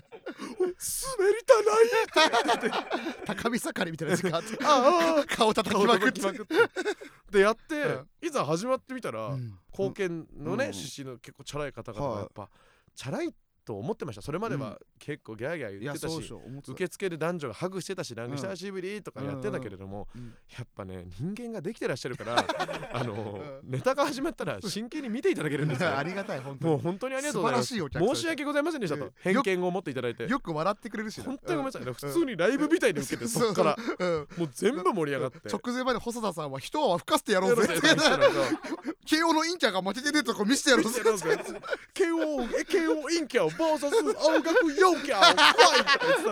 Speaker 1: りたない
Speaker 2: 高見盛りみたいな時間あ って
Speaker 1: ああ
Speaker 2: 顔叩 きまくって
Speaker 1: でやって、
Speaker 2: う
Speaker 1: いざ始まってみたら、
Speaker 2: うん
Speaker 1: 貢献のね、
Speaker 2: うん
Speaker 1: 出身の結構チャラい方々
Speaker 2: は
Speaker 1: が
Speaker 2: い
Speaker 1: やっぱ、チャラいと思ってましたそれまでは結構ギャーギャー
Speaker 2: い
Speaker 1: 言っ
Speaker 2: や
Speaker 1: てたし
Speaker 2: そうでしょ思ってた
Speaker 1: 受付で男女がハグしてたし、なんか
Speaker 2: うん
Speaker 1: 久しぶりとかやってたけれども、
Speaker 2: うんうんうん
Speaker 1: やっぱね人間ができてらっしゃるから あのネタが始まったら真剣に見ていただけるんですよ
Speaker 2: ありがたい本当に
Speaker 1: もう本当にありがとうございます
Speaker 2: 素晴らしいお客さん
Speaker 1: 申し訳ございませんでしたと、
Speaker 2: うん
Speaker 1: 偏見を持っていただいて
Speaker 2: よく笑ってくれるし
Speaker 1: 本当にごめんな
Speaker 2: さ
Speaker 1: さいね、普通にライブみたいに受けてそっからもう全部盛り上がって
Speaker 2: 直前まで細田さんは一泡吹かせてやろ
Speaker 1: や
Speaker 2: う
Speaker 1: ろう
Speaker 2: ぜ
Speaker 1: ぜとか言ってたらさ
Speaker 2: 慶応のインキャが負けてねえとこ見せてやろうぜ
Speaker 1: 慶応慶応インキャー VS 青学陽キャー怖い
Speaker 2: と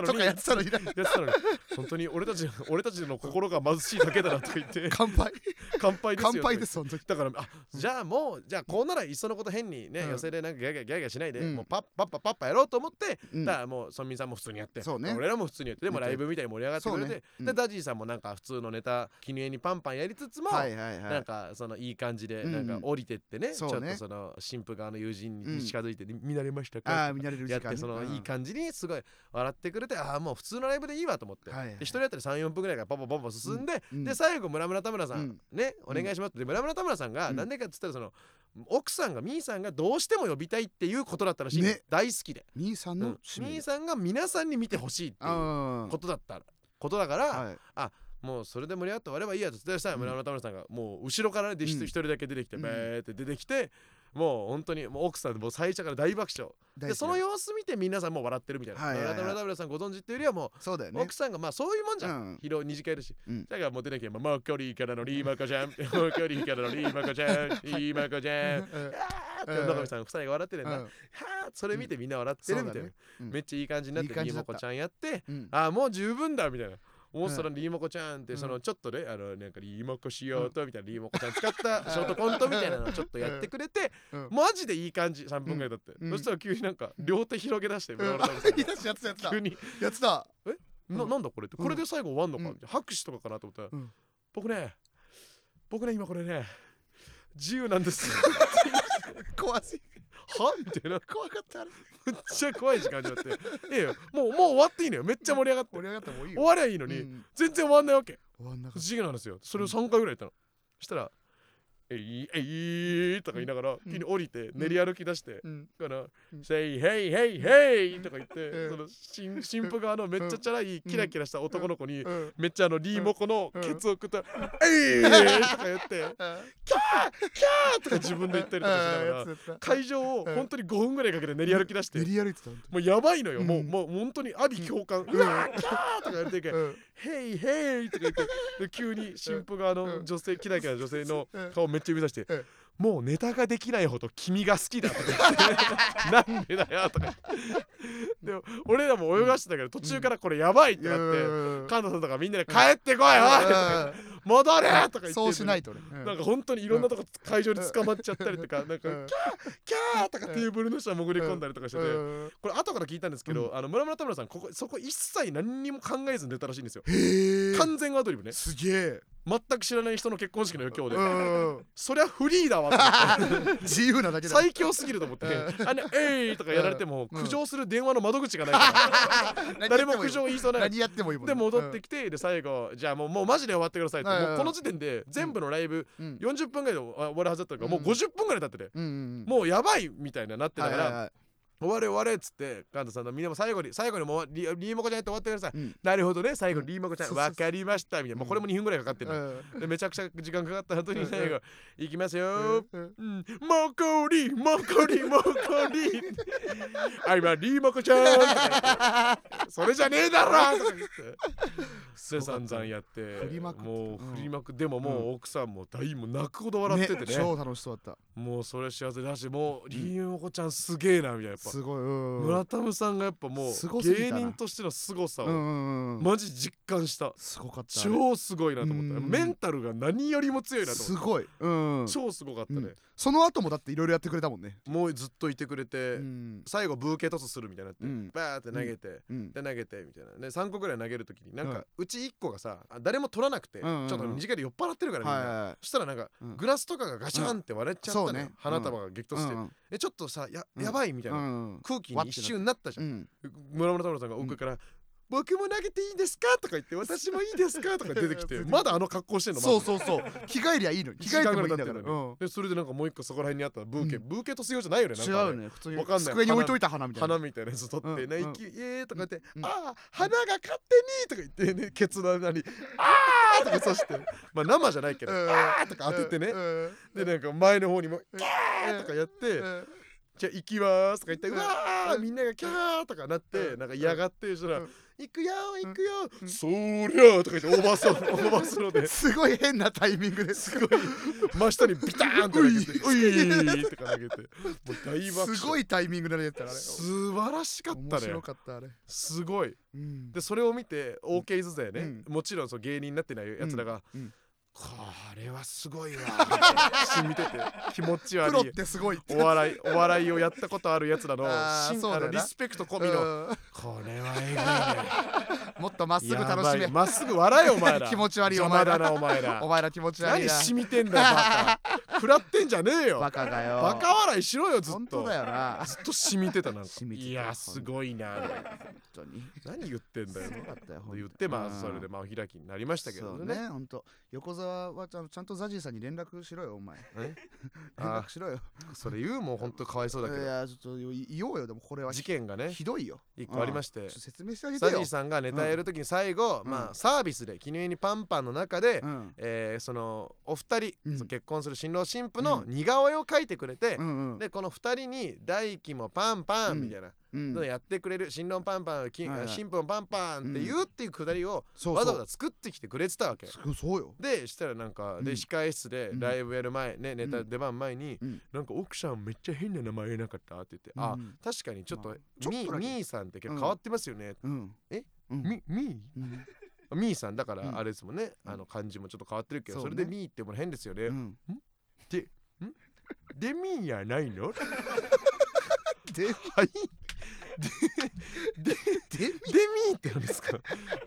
Speaker 1: とか
Speaker 2: か
Speaker 1: 言
Speaker 2: や
Speaker 1: っ
Speaker 2: っててたのにな
Speaker 1: たのにやってたのに本当に俺たち俺たちの心が貧しいだけだなとか言って
Speaker 2: 乾杯
Speaker 1: 乾杯ですよ
Speaker 2: 乾
Speaker 1: とか言
Speaker 2: 杯
Speaker 1: って
Speaker 2: ですその時
Speaker 1: だからあじゃあもうじゃあこうならいっそのこと変にね、
Speaker 2: うん
Speaker 1: 寄せでなんかギャーギャーギャーギャーしないで、
Speaker 2: うん
Speaker 1: もうパッパッパッパッパやろうと思って、
Speaker 2: うん
Speaker 1: だからもう村民さんも普通にやって
Speaker 2: そうね
Speaker 1: 俺らも普通にやってでも
Speaker 2: 見て
Speaker 1: ライブみたいに盛り上がってくれて、
Speaker 2: そうねうん
Speaker 1: でダジーさんもなんか普通のネタ記念にパンパンやりつつも、
Speaker 2: はいはいは
Speaker 1: なん
Speaker 2: い
Speaker 1: かそのいい感じで
Speaker 2: うん
Speaker 1: な
Speaker 2: うん
Speaker 1: んか降りてってね,、ちょ
Speaker 2: そ
Speaker 1: っ
Speaker 2: う
Speaker 1: と
Speaker 2: ね
Speaker 1: その新婦側の友人
Speaker 2: うん
Speaker 1: に近づいてね、見慣れました
Speaker 2: あ
Speaker 1: か
Speaker 2: あ見慣れる時
Speaker 1: やっ
Speaker 2: 間
Speaker 1: てそのいい感じにすごい笑ってくれて、ああもう普通のライブでいいわと思って、
Speaker 2: はいはい
Speaker 1: で一人当たり34分ぐらいからパパパパ進んで、
Speaker 2: うん
Speaker 1: で最後村村田村さん、
Speaker 2: うん
Speaker 1: ねお願いしますってで村村田村さんが
Speaker 2: うん
Speaker 1: 何でかっつったらその奥さんがみーさんがどうしても呼びたいっていうことだったらしいの、
Speaker 2: ね
Speaker 1: 大好きで、
Speaker 2: 兄さん
Speaker 1: う
Speaker 2: の
Speaker 1: ん、
Speaker 2: 趣
Speaker 1: みー
Speaker 2: 味
Speaker 1: さんが皆さんに見てほしいっていう
Speaker 2: あ
Speaker 1: ことだったことだから、
Speaker 2: はい
Speaker 1: もうそれで盛り上がって終わればいいやと伝えしたら
Speaker 2: うん
Speaker 1: 村村田村さんがもう後ろからねで一
Speaker 2: うん
Speaker 1: 一人だけ出てきて
Speaker 2: うん
Speaker 1: べーって出てきてもう本当にもう奥さんもう最初から大爆笑
Speaker 2: 大
Speaker 1: で
Speaker 2: 好き
Speaker 1: その様子見て皆さんもう笑ってるみたいな
Speaker 2: はいはいはい
Speaker 1: 村田村田村さんご存知っていうよりはも
Speaker 2: そうだよ
Speaker 1: う
Speaker 2: ね
Speaker 1: 奥さんがまあそういうもんじゃ
Speaker 2: うんん
Speaker 1: 疲労二次会いるし
Speaker 2: うん
Speaker 1: だからもう出てきて「もう距離からのリーマコちゃんも う距離からのリーマコちゃんリーマコちゃん」
Speaker 2: うん
Speaker 1: あー
Speaker 2: う
Speaker 1: って
Speaker 2: ん
Speaker 1: 野上さん夫妻が笑ってるんだ
Speaker 2: う
Speaker 1: は
Speaker 2: ん
Speaker 1: あそれ見てみんな笑ってるみたい
Speaker 2: うんそうだ
Speaker 1: な
Speaker 2: ねうん
Speaker 1: めっちゃいい感じになって
Speaker 2: いい感
Speaker 1: リ
Speaker 2: じ
Speaker 1: ーマ
Speaker 2: だった
Speaker 1: コちゃんやって
Speaker 2: うん
Speaker 1: あもう十分だみたいな。もう
Speaker 2: はい
Speaker 1: そのリーモコちゃんって
Speaker 2: うん
Speaker 1: そのちょっとね、あのなんかリーモコしようとみたいなリーモコちゃん使ったショートコントみたいなのをちょっとやってくれて、
Speaker 2: うん
Speaker 1: マジでいい感じ3分ぐらいだって、
Speaker 2: うん
Speaker 1: そしたら急になんか両手広げ出して、村
Speaker 2: や
Speaker 1: 村さん が
Speaker 2: つやつだ
Speaker 1: 急に、
Speaker 2: やつだ
Speaker 1: ななんだこれって
Speaker 2: うん
Speaker 1: これで最後終わんのか、
Speaker 2: うん
Speaker 1: みたいな拍手とかかなと思ったら、
Speaker 2: うん
Speaker 1: 僕ね僕ね今これね自由なんです
Speaker 2: 怖すぎ
Speaker 1: はみたいな
Speaker 2: 怖かったあれ
Speaker 1: めっちゃ怖い時間になっていやいやもうもう終わっていいのよめっちゃ盛り上がって
Speaker 2: 盛り上がったもうい
Speaker 1: 終
Speaker 2: いよ
Speaker 1: わりゃいいのに、
Speaker 2: うん
Speaker 1: 全然終わんないわけ
Speaker 2: 終わんなかっ
Speaker 1: 不思議なんですよそれを3回ぐらいやったの、そしたら「えいえい」とか言いながら急に降りて練り歩き出して
Speaker 2: た、うん
Speaker 1: だから
Speaker 2: う
Speaker 1: 「
Speaker 2: ん
Speaker 1: Say hey hey hey」とか言って、
Speaker 2: うん
Speaker 1: その新新婦側のめっちゃチャラいキラキラした男の子に、
Speaker 2: うん
Speaker 1: めっちゃあのリーモコの
Speaker 2: うん
Speaker 1: ケツを食ったら「えい!」とか言って「キャーキャー!」とか自分で言ったりとかしながら
Speaker 2: やつやった
Speaker 1: 会場を本当に5分ぐらいかけて練り歩き出して
Speaker 2: 練り歩いてた本
Speaker 1: もうやばいのよ、もう
Speaker 2: うん
Speaker 1: もう本当に阿鼻共感「うわーキャー!」とかやっていけ
Speaker 2: 当うん
Speaker 1: ヘイヘイとか言ってで急に新婦側の女性キラキラ女性の顔めっちゃ指さして
Speaker 2: うん
Speaker 1: 「もうネタができないほど君が好きだ」とか言って「 なんでだよ」とか言ってで俺らも泳がしてたけど途中からこれやばいってなって
Speaker 2: うん
Speaker 1: 神田さんとかみんなで「帰ってこいおい!」とか言って「戻れ!」とか言って
Speaker 2: そうしないとね
Speaker 1: なんか本当にいろんなとこ会場に捕まっちゃったりとかなんか
Speaker 2: うん
Speaker 1: 「キャー!」とかテーブルの下潜り込んだりとかしてて
Speaker 2: うん
Speaker 1: これ後から聞いたんですけどあの村村田村さんここそこ一切何にも考えずに出たらしいんですよ
Speaker 2: へえ
Speaker 1: 完全アドリブね
Speaker 2: すげえ
Speaker 1: 全く知らない人の結婚式の余興で、
Speaker 2: うん
Speaker 1: そりゃフリーだわと思って
Speaker 2: 自由 なだけだ
Speaker 1: 最強すぎると思って「あのえい!」とかやられても
Speaker 2: うん
Speaker 1: 苦情する電話の窓口がないか
Speaker 2: 何や
Speaker 1: ら
Speaker 2: って
Speaker 1: 誰も苦
Speaker 2: いい
Speaker 1: 情言いそうない
Speaker 2: 何やってもいいもんね
Speaker 1: で戻ってきてで最後じゃあもうもうマジで終わってくださいって
Speaker 2: はいはい
Speaker 1: も
Speaker 2: は
Speaker 1: う
Speaker 2: い
Speaker 1: この時点で全部のライブ
Speaker 2: うん
Speaker 1: 40分ぐらいで終わるはずだったのがもう
Speaker 2: うん
Speaker 1: 50分ぐらい経ってて
Speaker 2: うんうん
Speaker 1: もうやばいみたいななってた
Speaker 2: はい
Speaker 1: か
Speaker 2: はい
Speaker 1: ら
Speaker 2: はい
Speaker 1: 終われ終われっつってカンタさんのみんなも最後に最後にもうリリーモコちゃんやって終わってください
Speaker 2: うん
Speaker 1: なるほどね最後
Speaker 2: うん
Speaker 1: リーモコちゃん
Speaker 2: そうそうそう
Speaker 1: わかりましたみたいなもうこれも2分ぐらいかかってる
Speaker 2: うん
Speaker 1: でめちゃくちゃ時間かかった後に最後行きます
Speaker 2: う
Speaker 1: よ
Speaker 2: んうん
Speaker 1: うんモコリモコリモコリあ今リーモコちゃんとか言ってそれじゃねえだろとか言ってで散々やって
Speaker 2: 振りまくってた
Speaker 1: もう
Speaker 2: うん
Speaker 1: 振りまくでももう奥さんも大もう泣くほど笑ってて
Speaker 2: ね
Speaker 1: ね
Speaker 2: 超楽しそうだっ
Speaker 1: もうそれ幸せだしもうリーモコちゃんすげえなみたいなやったぱ
Speaker 2: すごいうん
Speaker 1: 村田むさんがやっぱもう
Speaker 2: すごすぎた
Speaker 1: 芸
Speaker 2: な
Speaker 1: 人としての凄さ
Speaker 2: うん
Speaker 1: を
Speaker 2: うんうん
Speaker 1: マジ実感した
Speaker 2: すごかったあれ
Speaker 1: 超すごいなと思った
Speaker 2: うん
Speaker 1: メンタルが何よりも強いなと
Speaker 2: す
Speaker 1: 思った
Speaker 2: ごいうん
Speaker 1: 超すごかったね
Speaker 2: うんその後もだっていろいろやってくれたもんね
Speaker 1: もうずっといてくれ
Speaker 2: う
Speaker 1: て
Speaker 2: ん
Speaker 1: 最後ブーケトスするみたいになって、
Speaker 2: うん
Speaker 1: バーって投げて、
Speaker 2: うん
Speaker 1: で投げてみたいなね3個ぐらい投げるときになんか、う
Speaker 2: うん
Speaker 1: ち1個がさあ誰も取らなくて、
Speaker 2: うんうんうん
Speaker 1: ちょっと短いで酔っ払ってるからみんな、
Speaker 2: はいはいはい
Speaker 1: そしたらなんか、
Speaker 2: うん
Speaker 1: グラスとかがガシャンって割れちゃったのよ、
Speaker 2: うんそうね
Speaker 1: 花束が激突して、
Speaker 2: うん
Speaker 1: えちょっとさや
Speaker 2: うん
Speaker 1: やばいみたいな、
Speaker 2: うん
Speaker 1: 空気に一瞬なったじゃ、
Speaker 2: うんん
Speaker 1: 村村太郎さんが奥から、僕も投げていいですかとか言って私もいいですかとか出てき てまだあの格好してんの
Speaker 2: そう
Speaker 1: ま
Speaker 2: そうそう着替えり ゃいいのに着替えてもいい
Speaker 1: 一時間ぐらい経っ
Speaker 2: んだ
Speaker 1: て
Speaker 2: か
Speaker 1: る
Speaker 2: ら
Speaker 1: の
Speaker 2: う
Speaker 1: に
Speaker 2: ん
Speaker 1: だでそれでなんかもう一個そこら辺にあったブーケ、
Speaker 2: うん
Speaker 1: ブーケトス用じゃないよねなん
Speaker 2: 違
Speaker 1: かあれ
Speaker 2: うね普通
Speaker 1: わかんない
Speaker 2: に机に置いといた花みたい
Speaker 1: 花
Speaker 2: な
Speaker 1: みたいなやつ取って、
Speaker 2: うん
Speaker 1: ナイ
Speaker 2: うん
Speaker 1: キ、イエーとか言って、
Speaker 2: うん
Speaker 1: ああ、花が勝手にとか言ってね、ケツの穴に、ああとか刺して、 まあ生じゃないけど、
Speaker 2: うん
Speaker 1: ああとか当ててね、で、なんか前の方にも、キャーとかやって、じゃあ行きますとか言って、うわあ、みんながキャーとかなって、なんか嫌がって、そしたら
Speaker 2: うん、
Speaker 1: 行くよー、行くよー、
Speaker 2: うん
Speaker 1: そりゃーとか言って、オーバー ソー、オーバーソロで、
Speaker 2: すごい変なタイミングですごい
Speaker 1: 真下にビターンと投げて、ういーとか投げて、もう大爆笑。
Speaker 2: すごいタイミングでやったからあれ
Speaker 1: 素晴らしかった
Speaker 2: 面
Speaker 1: ね
Speaker 2: 白。かったあれ
Speaker 1: すごい。
Speaker 2: うん
Speaker 1: でそれを見て OK ズ勢ね、もちろんそう芸人になってないやつらが、
Speaker 2: うんうん
Speaker 1: これはすごいわ ーって見てて気持ち
Speaker 2: プロっ
Speaker 1: 悪い
Speaker 2: てすごいって
Speaker 1: お笑いお笑いをやったことあるやつらの
Speaker 2: あー
Speaker 1: しん
Speaker 2: そう
Speaker 1: あ
Speaker 2: だよな
Speaker 1: のリスペクト込みの
Speaker 2: うん
Speaker 1: これはえ
Speaker 2: もっとまっ
Speaker 1: ぐ
Speaker 2: す
Speaker 1: い
Speaker 2: ぐ
Speaker 1: ね
Speaker 2: 楽し
Speaker 1: やば
Speaker 2: め
Speaker 1: いまっすぐ笑えよお前ら
Speaker 2: 気持ち悪いお
Speaker 1: 邪
Speaker 2: 前
Speaker 1: 魔だな
Speaker 2: ら
Speaker 1: お前ら
Speaker 2: お前ら気持ち悪
Speaker 1: 何
Speaker 2: いな
Speaker 1: しみてんだよバカ食らってんじゃねえよ
Speaker 2: バカがよ
Speaker 1: バカ笑いしろよずっ
Speaker 2: 本
Speaker 1: と
Speaker 2: 当だよな
Speaker 1: ずっとしみてたなんか
Speaker 2: 染みてた
Speaker 1: いやすごいな
Speaker 2: 本当に
Speaker 1: 何言ってんだよ
Speaker 2: すごかったよ本当
Speaker 1: 言ってま
Speaker 2: う
Speaker 1: あ
Speaker 2: ん
Speaker 1: それでまあお開きになりましたけど
Speaker 2: そう
Speaker 1: ね
Speaker 2: ね本当横澤はちゃんちゃんとザジーさんに連絡しろよお前
Speaker 1: え
Speaker 2: 連
Speaker 1: あ
Speaker 2: 絡しろよ
Speaker 1: それ言うもう本当かわいそうだけ
Speaker 2: い
Speaker 1: ど
Speaker 2: やちょっと言言おうよでもこれは
Speaker 1: 事件がね
Speaker 2: ひどいよ
Speaker 1: 一個ありまして
Speaker 2: ちょっと説明してあげて
Speaker 1: サ
Speaker 2: よ
Speaker 1: ジーさんがネタやるときに最後
Speaker 2: うん
Speaker 1: まあサービスで記念にパンパンの中で
Speaker 2: うん
Speaker 1: えーそのお二人
Speaker 2: うん
Speaker 1: その結婚する新郎新婦の似顔絵を描いてくれて
Speaker 2: うんうん
Speaker 1: でこの二人に大輝もパンパンみたいな
Speaker 2: うん
Speaker 1: のやってくれる新郎パンパンき
Speaker 2: はいはい
Speaker 1: 新婦もパンパンって言うっていうくだりを
Speaker 2: そう
Speaker 1: わざわ
Speaker 2: そ
Speaker 1: ざ作ってきてくれてたわけ
Speaker 2: うそうよ
Speaker 1: でしたらなんか、で
Speaker 2: うん
Speaker 1: 控え室で
Speaker 2: うん
Speaker 1: ライブやる前、ねネタ
Speaker 2: うん
Speaker 1: 出番前に、
Speaker 2: うん
Speaker 1: なんか奥さんめっちゃ変な名前言えなかったって言って、あ
Speaker 2: うん
Speaker 1: 確かにちょっと、
Speaker 2: まあちょっ
Speaker 1: み
Speaker 2: とだけ
Speaker 1: みーさんって結構変わってますよね、
Speaker 2: うん
Speaker 1: え
Speaker 2: うん
Speaker 1: みみ
Speaker 2: うん
Speaker 1: ーみーさんだか
Speaker 2: う
Speaker 1: ら
Speaker 2: ん
Speaker 1: あれですもんね、
Speaker 2: うん
Speaker 1: あの漢字もちょっと変わってるけどそ,、
Speaker 2: そうね
Speaker 1: れでみーっても変ですよね、
Speaker 2: うん
Speaker 1: でみーやないの
Speaker 2: で
Speaker 1: はいででデ
Speaker 2: で
Speaker 1: ミーって何ですか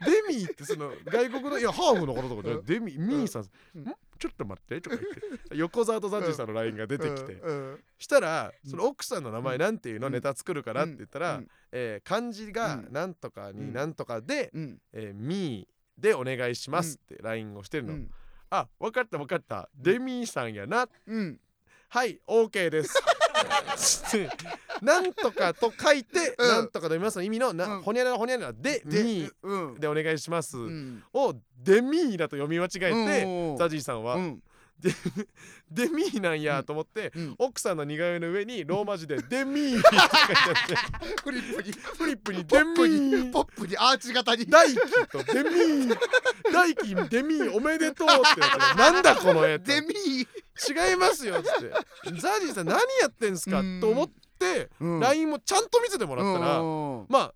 Speaker 1: デミーってその外国のいやハーフの方とかでデミーミーさん、
Speaker 2: うん
Speaker 1: んちょっと待ってとか言って横澤とザジーさんの LINE が出てきて、
Speaker 2: うんうん
Speaker 1: したら
Speaker 2: うん
Speaker 1: その奥さんの名前なんていうの、
Speaker 2: うん
Speaker 1: ネタ作るからって言ったら、
Speaker 2: うん
Speaker 1: えー漢字が
Speaker 2: うん
Speaker 1: なんとか
Speaker 2: う
Speaker 1: に
Speaker 2: ん
Speaker 1: なんとかで、
Speaker 2: うん
Speaker 1: えーミーでお願いしますって LINE をしてる
Speaker 2: う
Speaker 1: の、
Speaker 2: ん
Speaker 1: あ分かった分かったデミーさんやな
Speaker 2: うん
Speaker 1: はい OK です つってなんとかと書いて、
Speaker 2: うん
Speaker 1: なんとかの皆さんの意味のな、
Speaker 2: うん
Speaker 1: ほにゃららほにゃららでミ
Speaker 2: で
Speaker 1: ー
Speaker 2: うん
Speaker 1: でお願いします、
Speaker 2: うん
Speaker 1: をデミーだと読み間違えて、
Speaker 2: うん
Speaker 1: ザジーさんは、
Speaker 2: うん
Speaker 1: デミーなんやと思って、
Speaker 2: うん
Speaker 1: 奥さんの似顔絵の上にローマ字でデ ミーって書いてあって
Speaker 2: フリップに
Speaker 1: フリップに
Speaker 2: ポ
Speaker 1: デ
Speaker 2: ップに
Speaker 1: ミ
Speaker 2: ポ
Speaker 1: ー
Speaker 2: ップにアーチ型に
Speaker 1: 大輝とデミー大輝デミーおめでとうってやつなんだこの絵って
Speaker 2: デミ
Speaker 1: 違いますよっつってザジーさん何やってんすか
Speaker 2: うん
Speaker 1: と思って
Speaker 2: ー
Speaker 1: LINE もちゃんと見せても
Speaker 2: も
Speaker 1: らったらまあ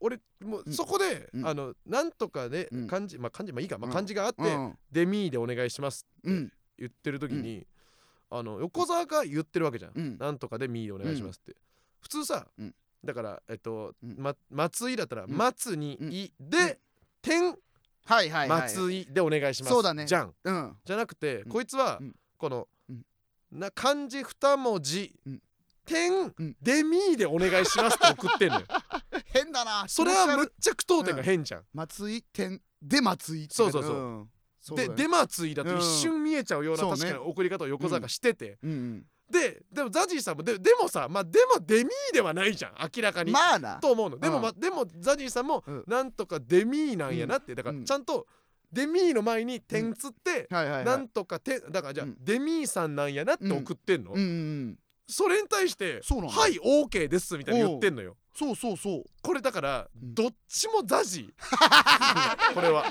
Speaker 1: 俺も
Speaker 2: う
Speaker 1: うんそこで、
Speaker 2: うん
Speaker 1: あのなんとかで
Speaker 2: うん
Speaker 1: 漢字まあ漢字まあいいか、まあ、
Speaker 2: うん
Speaker 1: 漢字があって、
Speaker 2: うん
Speaker 1: デミーでお願いします
Speaker 2: うん
Speaker 1: 言ってる時に、あの横澤が言ってるわけじゃん、
Speaker 2: うん
Speaker 1: なんとかでミーお願いしますって、普通さ、
Speaker 2: うん
Speaker 1: だからえっと、
Speaker 2: うん
Speaker 1: ま松井だったら
Speaker 2: ん
Speaker 1: 松に
Speaker 2: うん
Speaker 1: いで、点
Speaker 2: はいはいはい
Speaker 1: 松井でお願いします、
Speaker 2: そうだね
Speaker 1: じゃん
Speaker 2: うん
Speaker 1: じゃなくて、
Speaker 2: うん
Speaker 1: こいつは、
Speaker 2: うん
Speaker 1: この、
Speaker 2: うん
Speaker 1: な漢字二文字、
Speaker 2: うん
Speaker 1: 点、
Speaker 2: ん
Speaker 1: デミーでお願いしますって送ってんの よ
Speaker 2: 変だな
Speaker 1: それ
Speaker 2: 気持
Speaker 1: は
Speaker 2: ち悪
Speaker 1: む
Speaker 2: い
Speaker 1: っちゃ句読点が変じゃん、
Speaker 2: 松井点で松井って書いてある
Speaker 1: そうそうそうん
Speaker 2: そうだ
Speaker 1: で
Speaker 2: よ
Speaker 1: デマツイだと一瞬見えちゃうような、
Speaker 2: うんそうね
Speaker 1: 確かに送り方を横坂してて、
Speaker 2: うん
Speaker 1: ででもザジーさんもででもさまあでもデミーではないじゃん明らか
Speaker 2: うん
Speaker 1: に、
Speaker 2: まあな
Speaker 1: と思うのでも、
Speaker 2: うん
Speaker 1: まあでもザジーさんも
Speaker 2: うん
Speaker 1: なんとかデミーなんやなって、だから
Speaker 2: うん
Speaker 1: ちゃんとデミーの前に点つって、
Speaker 2: はいはいはい
Speaker 1: なんとかてだからじゃあ、
Speaker 2: うん
Speaker 1: デミーさんなんやなって送ってんの、
Speaker 2: うんうんうん
Speaker 1: それに対して
Speaker 2: そうなの
Speaker 1: はい OK です」みたいに言ってんのよ
Speaker 2: そうそうそう
Speaker 1: これだから
Speaker 2: うん
Speaker 1: どっちもザジ ーこれは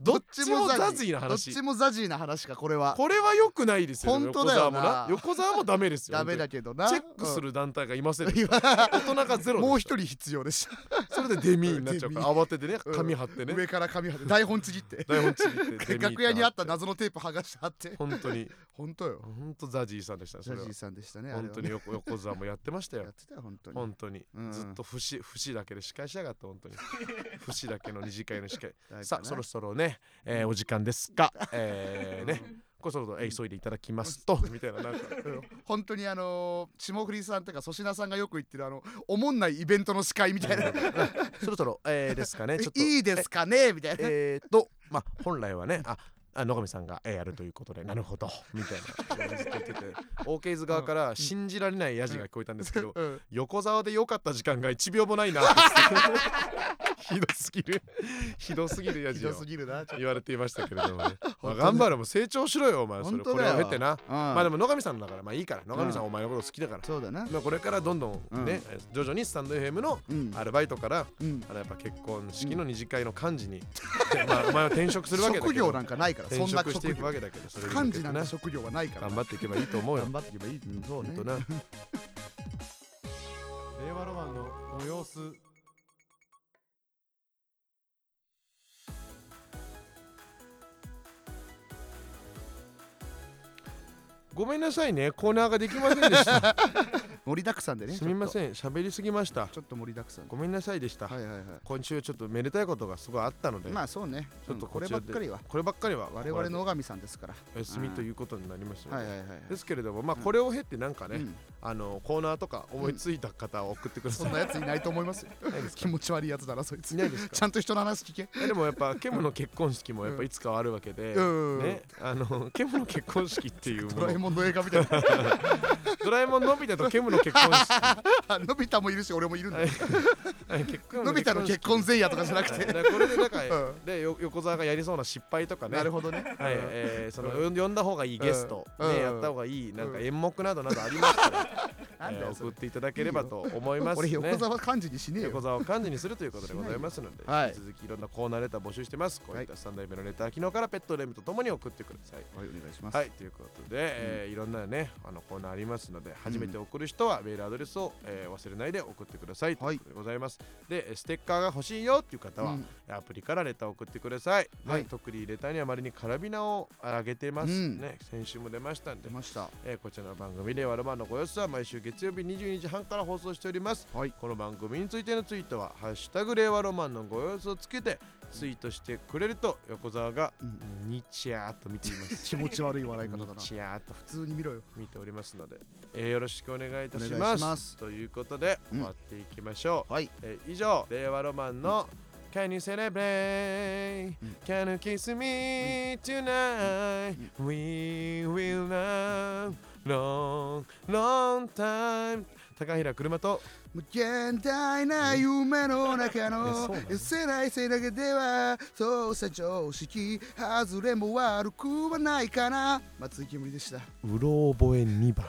Speaker 1: どっちもザジーな
Speaker 2: どっ
Speaker 1: 話
Speaker 2: ちもザジーな話かこれは
Speaker 1: これは良くないですよ
Speaker 2: 本当だよな
Speaker 1: 横澤もな横澤もダメですよ
Speaker 2: ダメだけどな
Speaker 1: 本当にチェックする団体がいません、
Speaker 2: うん
Speaker 1: 大人がゼロ
Speaker 2: もう
Speaker 1: でし
Speaker 2: 一人必要でした
Speaker 1: たそれでデミーになっちゃうから慌ててね
Speaker 2: うん
Speaker 1: 紙貼ってね、
Speaker 2: 上から紙貼って台本ちぎって
Speaker 1: 台本ちぎってデミーって貼って
Speaker 2: 楽屋にあった謎のテープ剥がして貼って
Speaker 1: 本当に
Speaker 2: 本当よ
Speaker 1: 本当ザジーさんでしたねそ
Speaker 2: ジャ
Speaker 1: れ
Speaker 2: ジ
Speaker 1: は
Speaker 2: ーさんでしたねあ
Speaker 1: 本
Speaker 2: れは
Speaker 1: 当
Speaker 2: ね
Speaker 1: に横横澤もやってましたよ
Speaker 2: やってたよ本当に
Speaker 1: 本当に、
Speaker 2: うん
Speaker 1: ずっと節節だけで司会しやがった本当に節だけの二次会の司会さあそろそろね、えーお時間ですがえー ねこれそろそろえー急いでいただきますとみたいななんか
Speaker 2: 本当にあのー霜降りさんとか粗品さんがよく言ってるあのおもんないイベントの司会みたいな
Speaker 1: そろそろ、えーですかねちょっと
Speaker 2: いいですかねみたいな
Speaker 1: えー、と、まあ、本来はね、あ、あ野上さんがえーやるということで、なるほど、みたいな。ずっと言ってて、オーケーズ側から信じられないヤジが聞こえたんですけど、
Speaker 2: うん
Speaker 1: 横沢で良かった時間が1秒も ないな。ひどすぎる。ひどすぎるヤ
Speaker 2: ひ
Speaker 1: ジを
Speaker 2: どすぎるなちょっ
Speaker 1: 言われていましたけれども、 ね。まあ、
Speaker 2: 当だ
Speaker 1: 頑張れ、もう成長しろよ、お前、それ、
Speaker 2: 本当
Speaker 1: こ
Speaker 2: だ
Speaker 1: れ
Speaker 2: よ
Speaker 1: を経てな。
Speaker 2: とま
Speaker 1: まあ、でも野上さんだから、まあ、いいから、野上さん、お前のこと好きだから。
Speaker 2: そうだな
Speaker 1: まあ、これからどんどんね、徐々にスタンド FM の
Speaker 2: うん
Speaker 1: アルバイトから
Speaker 2: うん
Speaker 1: あのやっぱ結婚式の二次会の幹事に、 まあ、お前は転職するわけだけど
Speaker 2: 職業なんかないからそ
Speaker 1: 転
Speaker 2: んな
Speaker 1: 職して
Speaker 2: 職
Speaker 1: いく
Speaker 2: 業
Speaker 1: わけだけどそれに向
Speaker 2: 漢
Speaker 1: け
Speaker 2: 字
Speaker 1: て
Speaker 2: なん
Speaker 1: な
Speaker 2: か職業はないから
Speaker 1: 頑張っていけばいいと思うよ
Speaker 2: 頑張っていけばいいうんそう
Speaker 1: ほん
Speaker 2: ね
Speaker 1: とな
Speaker 5: 令和ロマンのご様子
Speaker 1: ごめんなさいねコーナーができませんでした
Speaker 2: 盛りだくさんでね
Speaker 1: すみま
Speaker 2: ん
Speaker 1: せん喋りすぎました
Speaker 2: ちょっと盛りだくさん
Speaker 1: ごめんなさいでした、
Speaker 2: はいはいはい
Speaker 1: 今週ちょっとめでたいことがすごいあったので、
Speaker 2: まあそうね
Speaker 1: ちょっと
Speaker 2: うんこれ
Speaker 1: こちら
Speaker 2: ばっ
Speaker 1: で
Speaker 2: かりは
Speaker 1: こればっかりは
Speaker 2: 我々の尾上さんですから
Speaker 1: お休みということになりましたの
Speaker 2: は
Speaker 1: で、
Speaker 2: いはいはいはい
Speaker 1: ですけれどもまあ
Speaker 2: うん
Speaker 1: これを経てなんかね、
Speaker 2: うん
Speaker 1: あのコーナーとか思いついた方を送ってくだ
Speaker 2: そ
Speaker 1: さい、
Speaker 2: んなやついないと思いますよ
Speaker 1: ないです
Speaker 2: 気
Speaker 1: か
Speaker 2: 持ち悪いやつだなそいつ
Speaker 1: いないですか
Speaker 2: ちゃんと人の話聞け
Speaker 1: いやでもやっぱケムの結婚式もやっぱいつかはあるわけで、
Speaker 2: うん
Speaker 1: ね、あのケムの結婚式って いう
Speaker 2: ド
Speaker 1: も
Speaker 2: ラえ
Speaker 1: の
Speaker 2: もんの映画みたい な
Speaker 1: ドラえもんのび太とケムの結婚 式
Speaker 2: あのび太もいるし俺もいるんだよ
Speaker 1: はい結婚
Speaker 2: のび太の結婚前夜とかじゃなく
Speaker 1: はいだ
Speaker 2: て
Speaker 1: からこれでなんか、
Speaker 2: う
Speaker 1: でよ横澤がやりそうな失敗とかね
Speaker 2: なるほどね
Speaker 1: はいえーその呼ん呼んだ方がいいゲスト、
Speaker 2: うん
Speaker 1: ね、
Speaker 2: うん
Speaker 1: やった方がいいなんか演目などなどありました ら、
Speaker 2: なん
Speaker 1: え
Speaker 2: だ
Speaker 1: ー
Speaker 2: よそ
Speaker 1: 送っ
Speaker 2: れ
Speaker 1: ていただければと思います
Speaker 2: 俺
Speaker 1: ね。
Speaker 2: 横澤漢字にしねえ
Speaker 1: 横
Speaker 2: よ
Speaker 1: 沢を漢字にするということでございますので、
Speaker 2: はい
Speaker 1: 引き続きいろんなコーナーレター募集してます。こういった三代目のレター、昨日からペットレムとともに送ってください。
Speaker 2: はいお願いしま
Speaker 1: はい、ということで、えーいろんなね、あのコーナーありますので、初めて送る人はメールアドレスを、えー忘れないで送ってください。
Speaker 2: はい
Speaker 1: ということでございます。で、えーステッカーが欲しいよっていう方は、
Speaker 2: うん
Speaker 1: アプリからレターを送ってください。
Speaker 2: は
Speaker 1: はいい、特にレターにはまりにカラビナをあげてます、
Speaker 2: うん
Speaker 1: ね。先週も出ましたんで
Speaker 2: 出。ました
Speaker 1: えーこちらの番組でワルマンのご様子は毎週月曜日22時半から放送しております、
Speaker 2: はい
Speaker 1: この番組についてのツイートは「ハッシュタグ令和ロマンのご様子」をつけてツイートしてくれると横澤が
Speaker 2: うん
Speaker 1: にちゃーっと見ています
Speaker 2: 気持ち悪い笑い方だな
Speaker 1: にちゃーっと
Speaker 2: 普通に見ろよ
Speaker 1: 見ておりますので、えーよろしくお願いいたし
Speaker 2: お
Speaker 1: ま
Speaker 2: 願
Speaker 1: す
Speaker 2: いします
Speaker 1: ということで
Speaker 2: うん
Speaker 1: 終わっていきましょう、
Speaker 2: はい
Speaker 1: えー以上令和ロマンの「Can you celebrate?
Speaker 2: うん
Speaker 1: Can you kiss me tonight? We will love long, long time」高平車と
Speaker 2: 無限大な夢の中
Speaker 1: えそう
Speaker 2: の
Speaker 1: なの
Speaker 2: せないせだけでは操作常識外れも悪くはないかな松井煙でした
Speaker 1: うろ覚え2番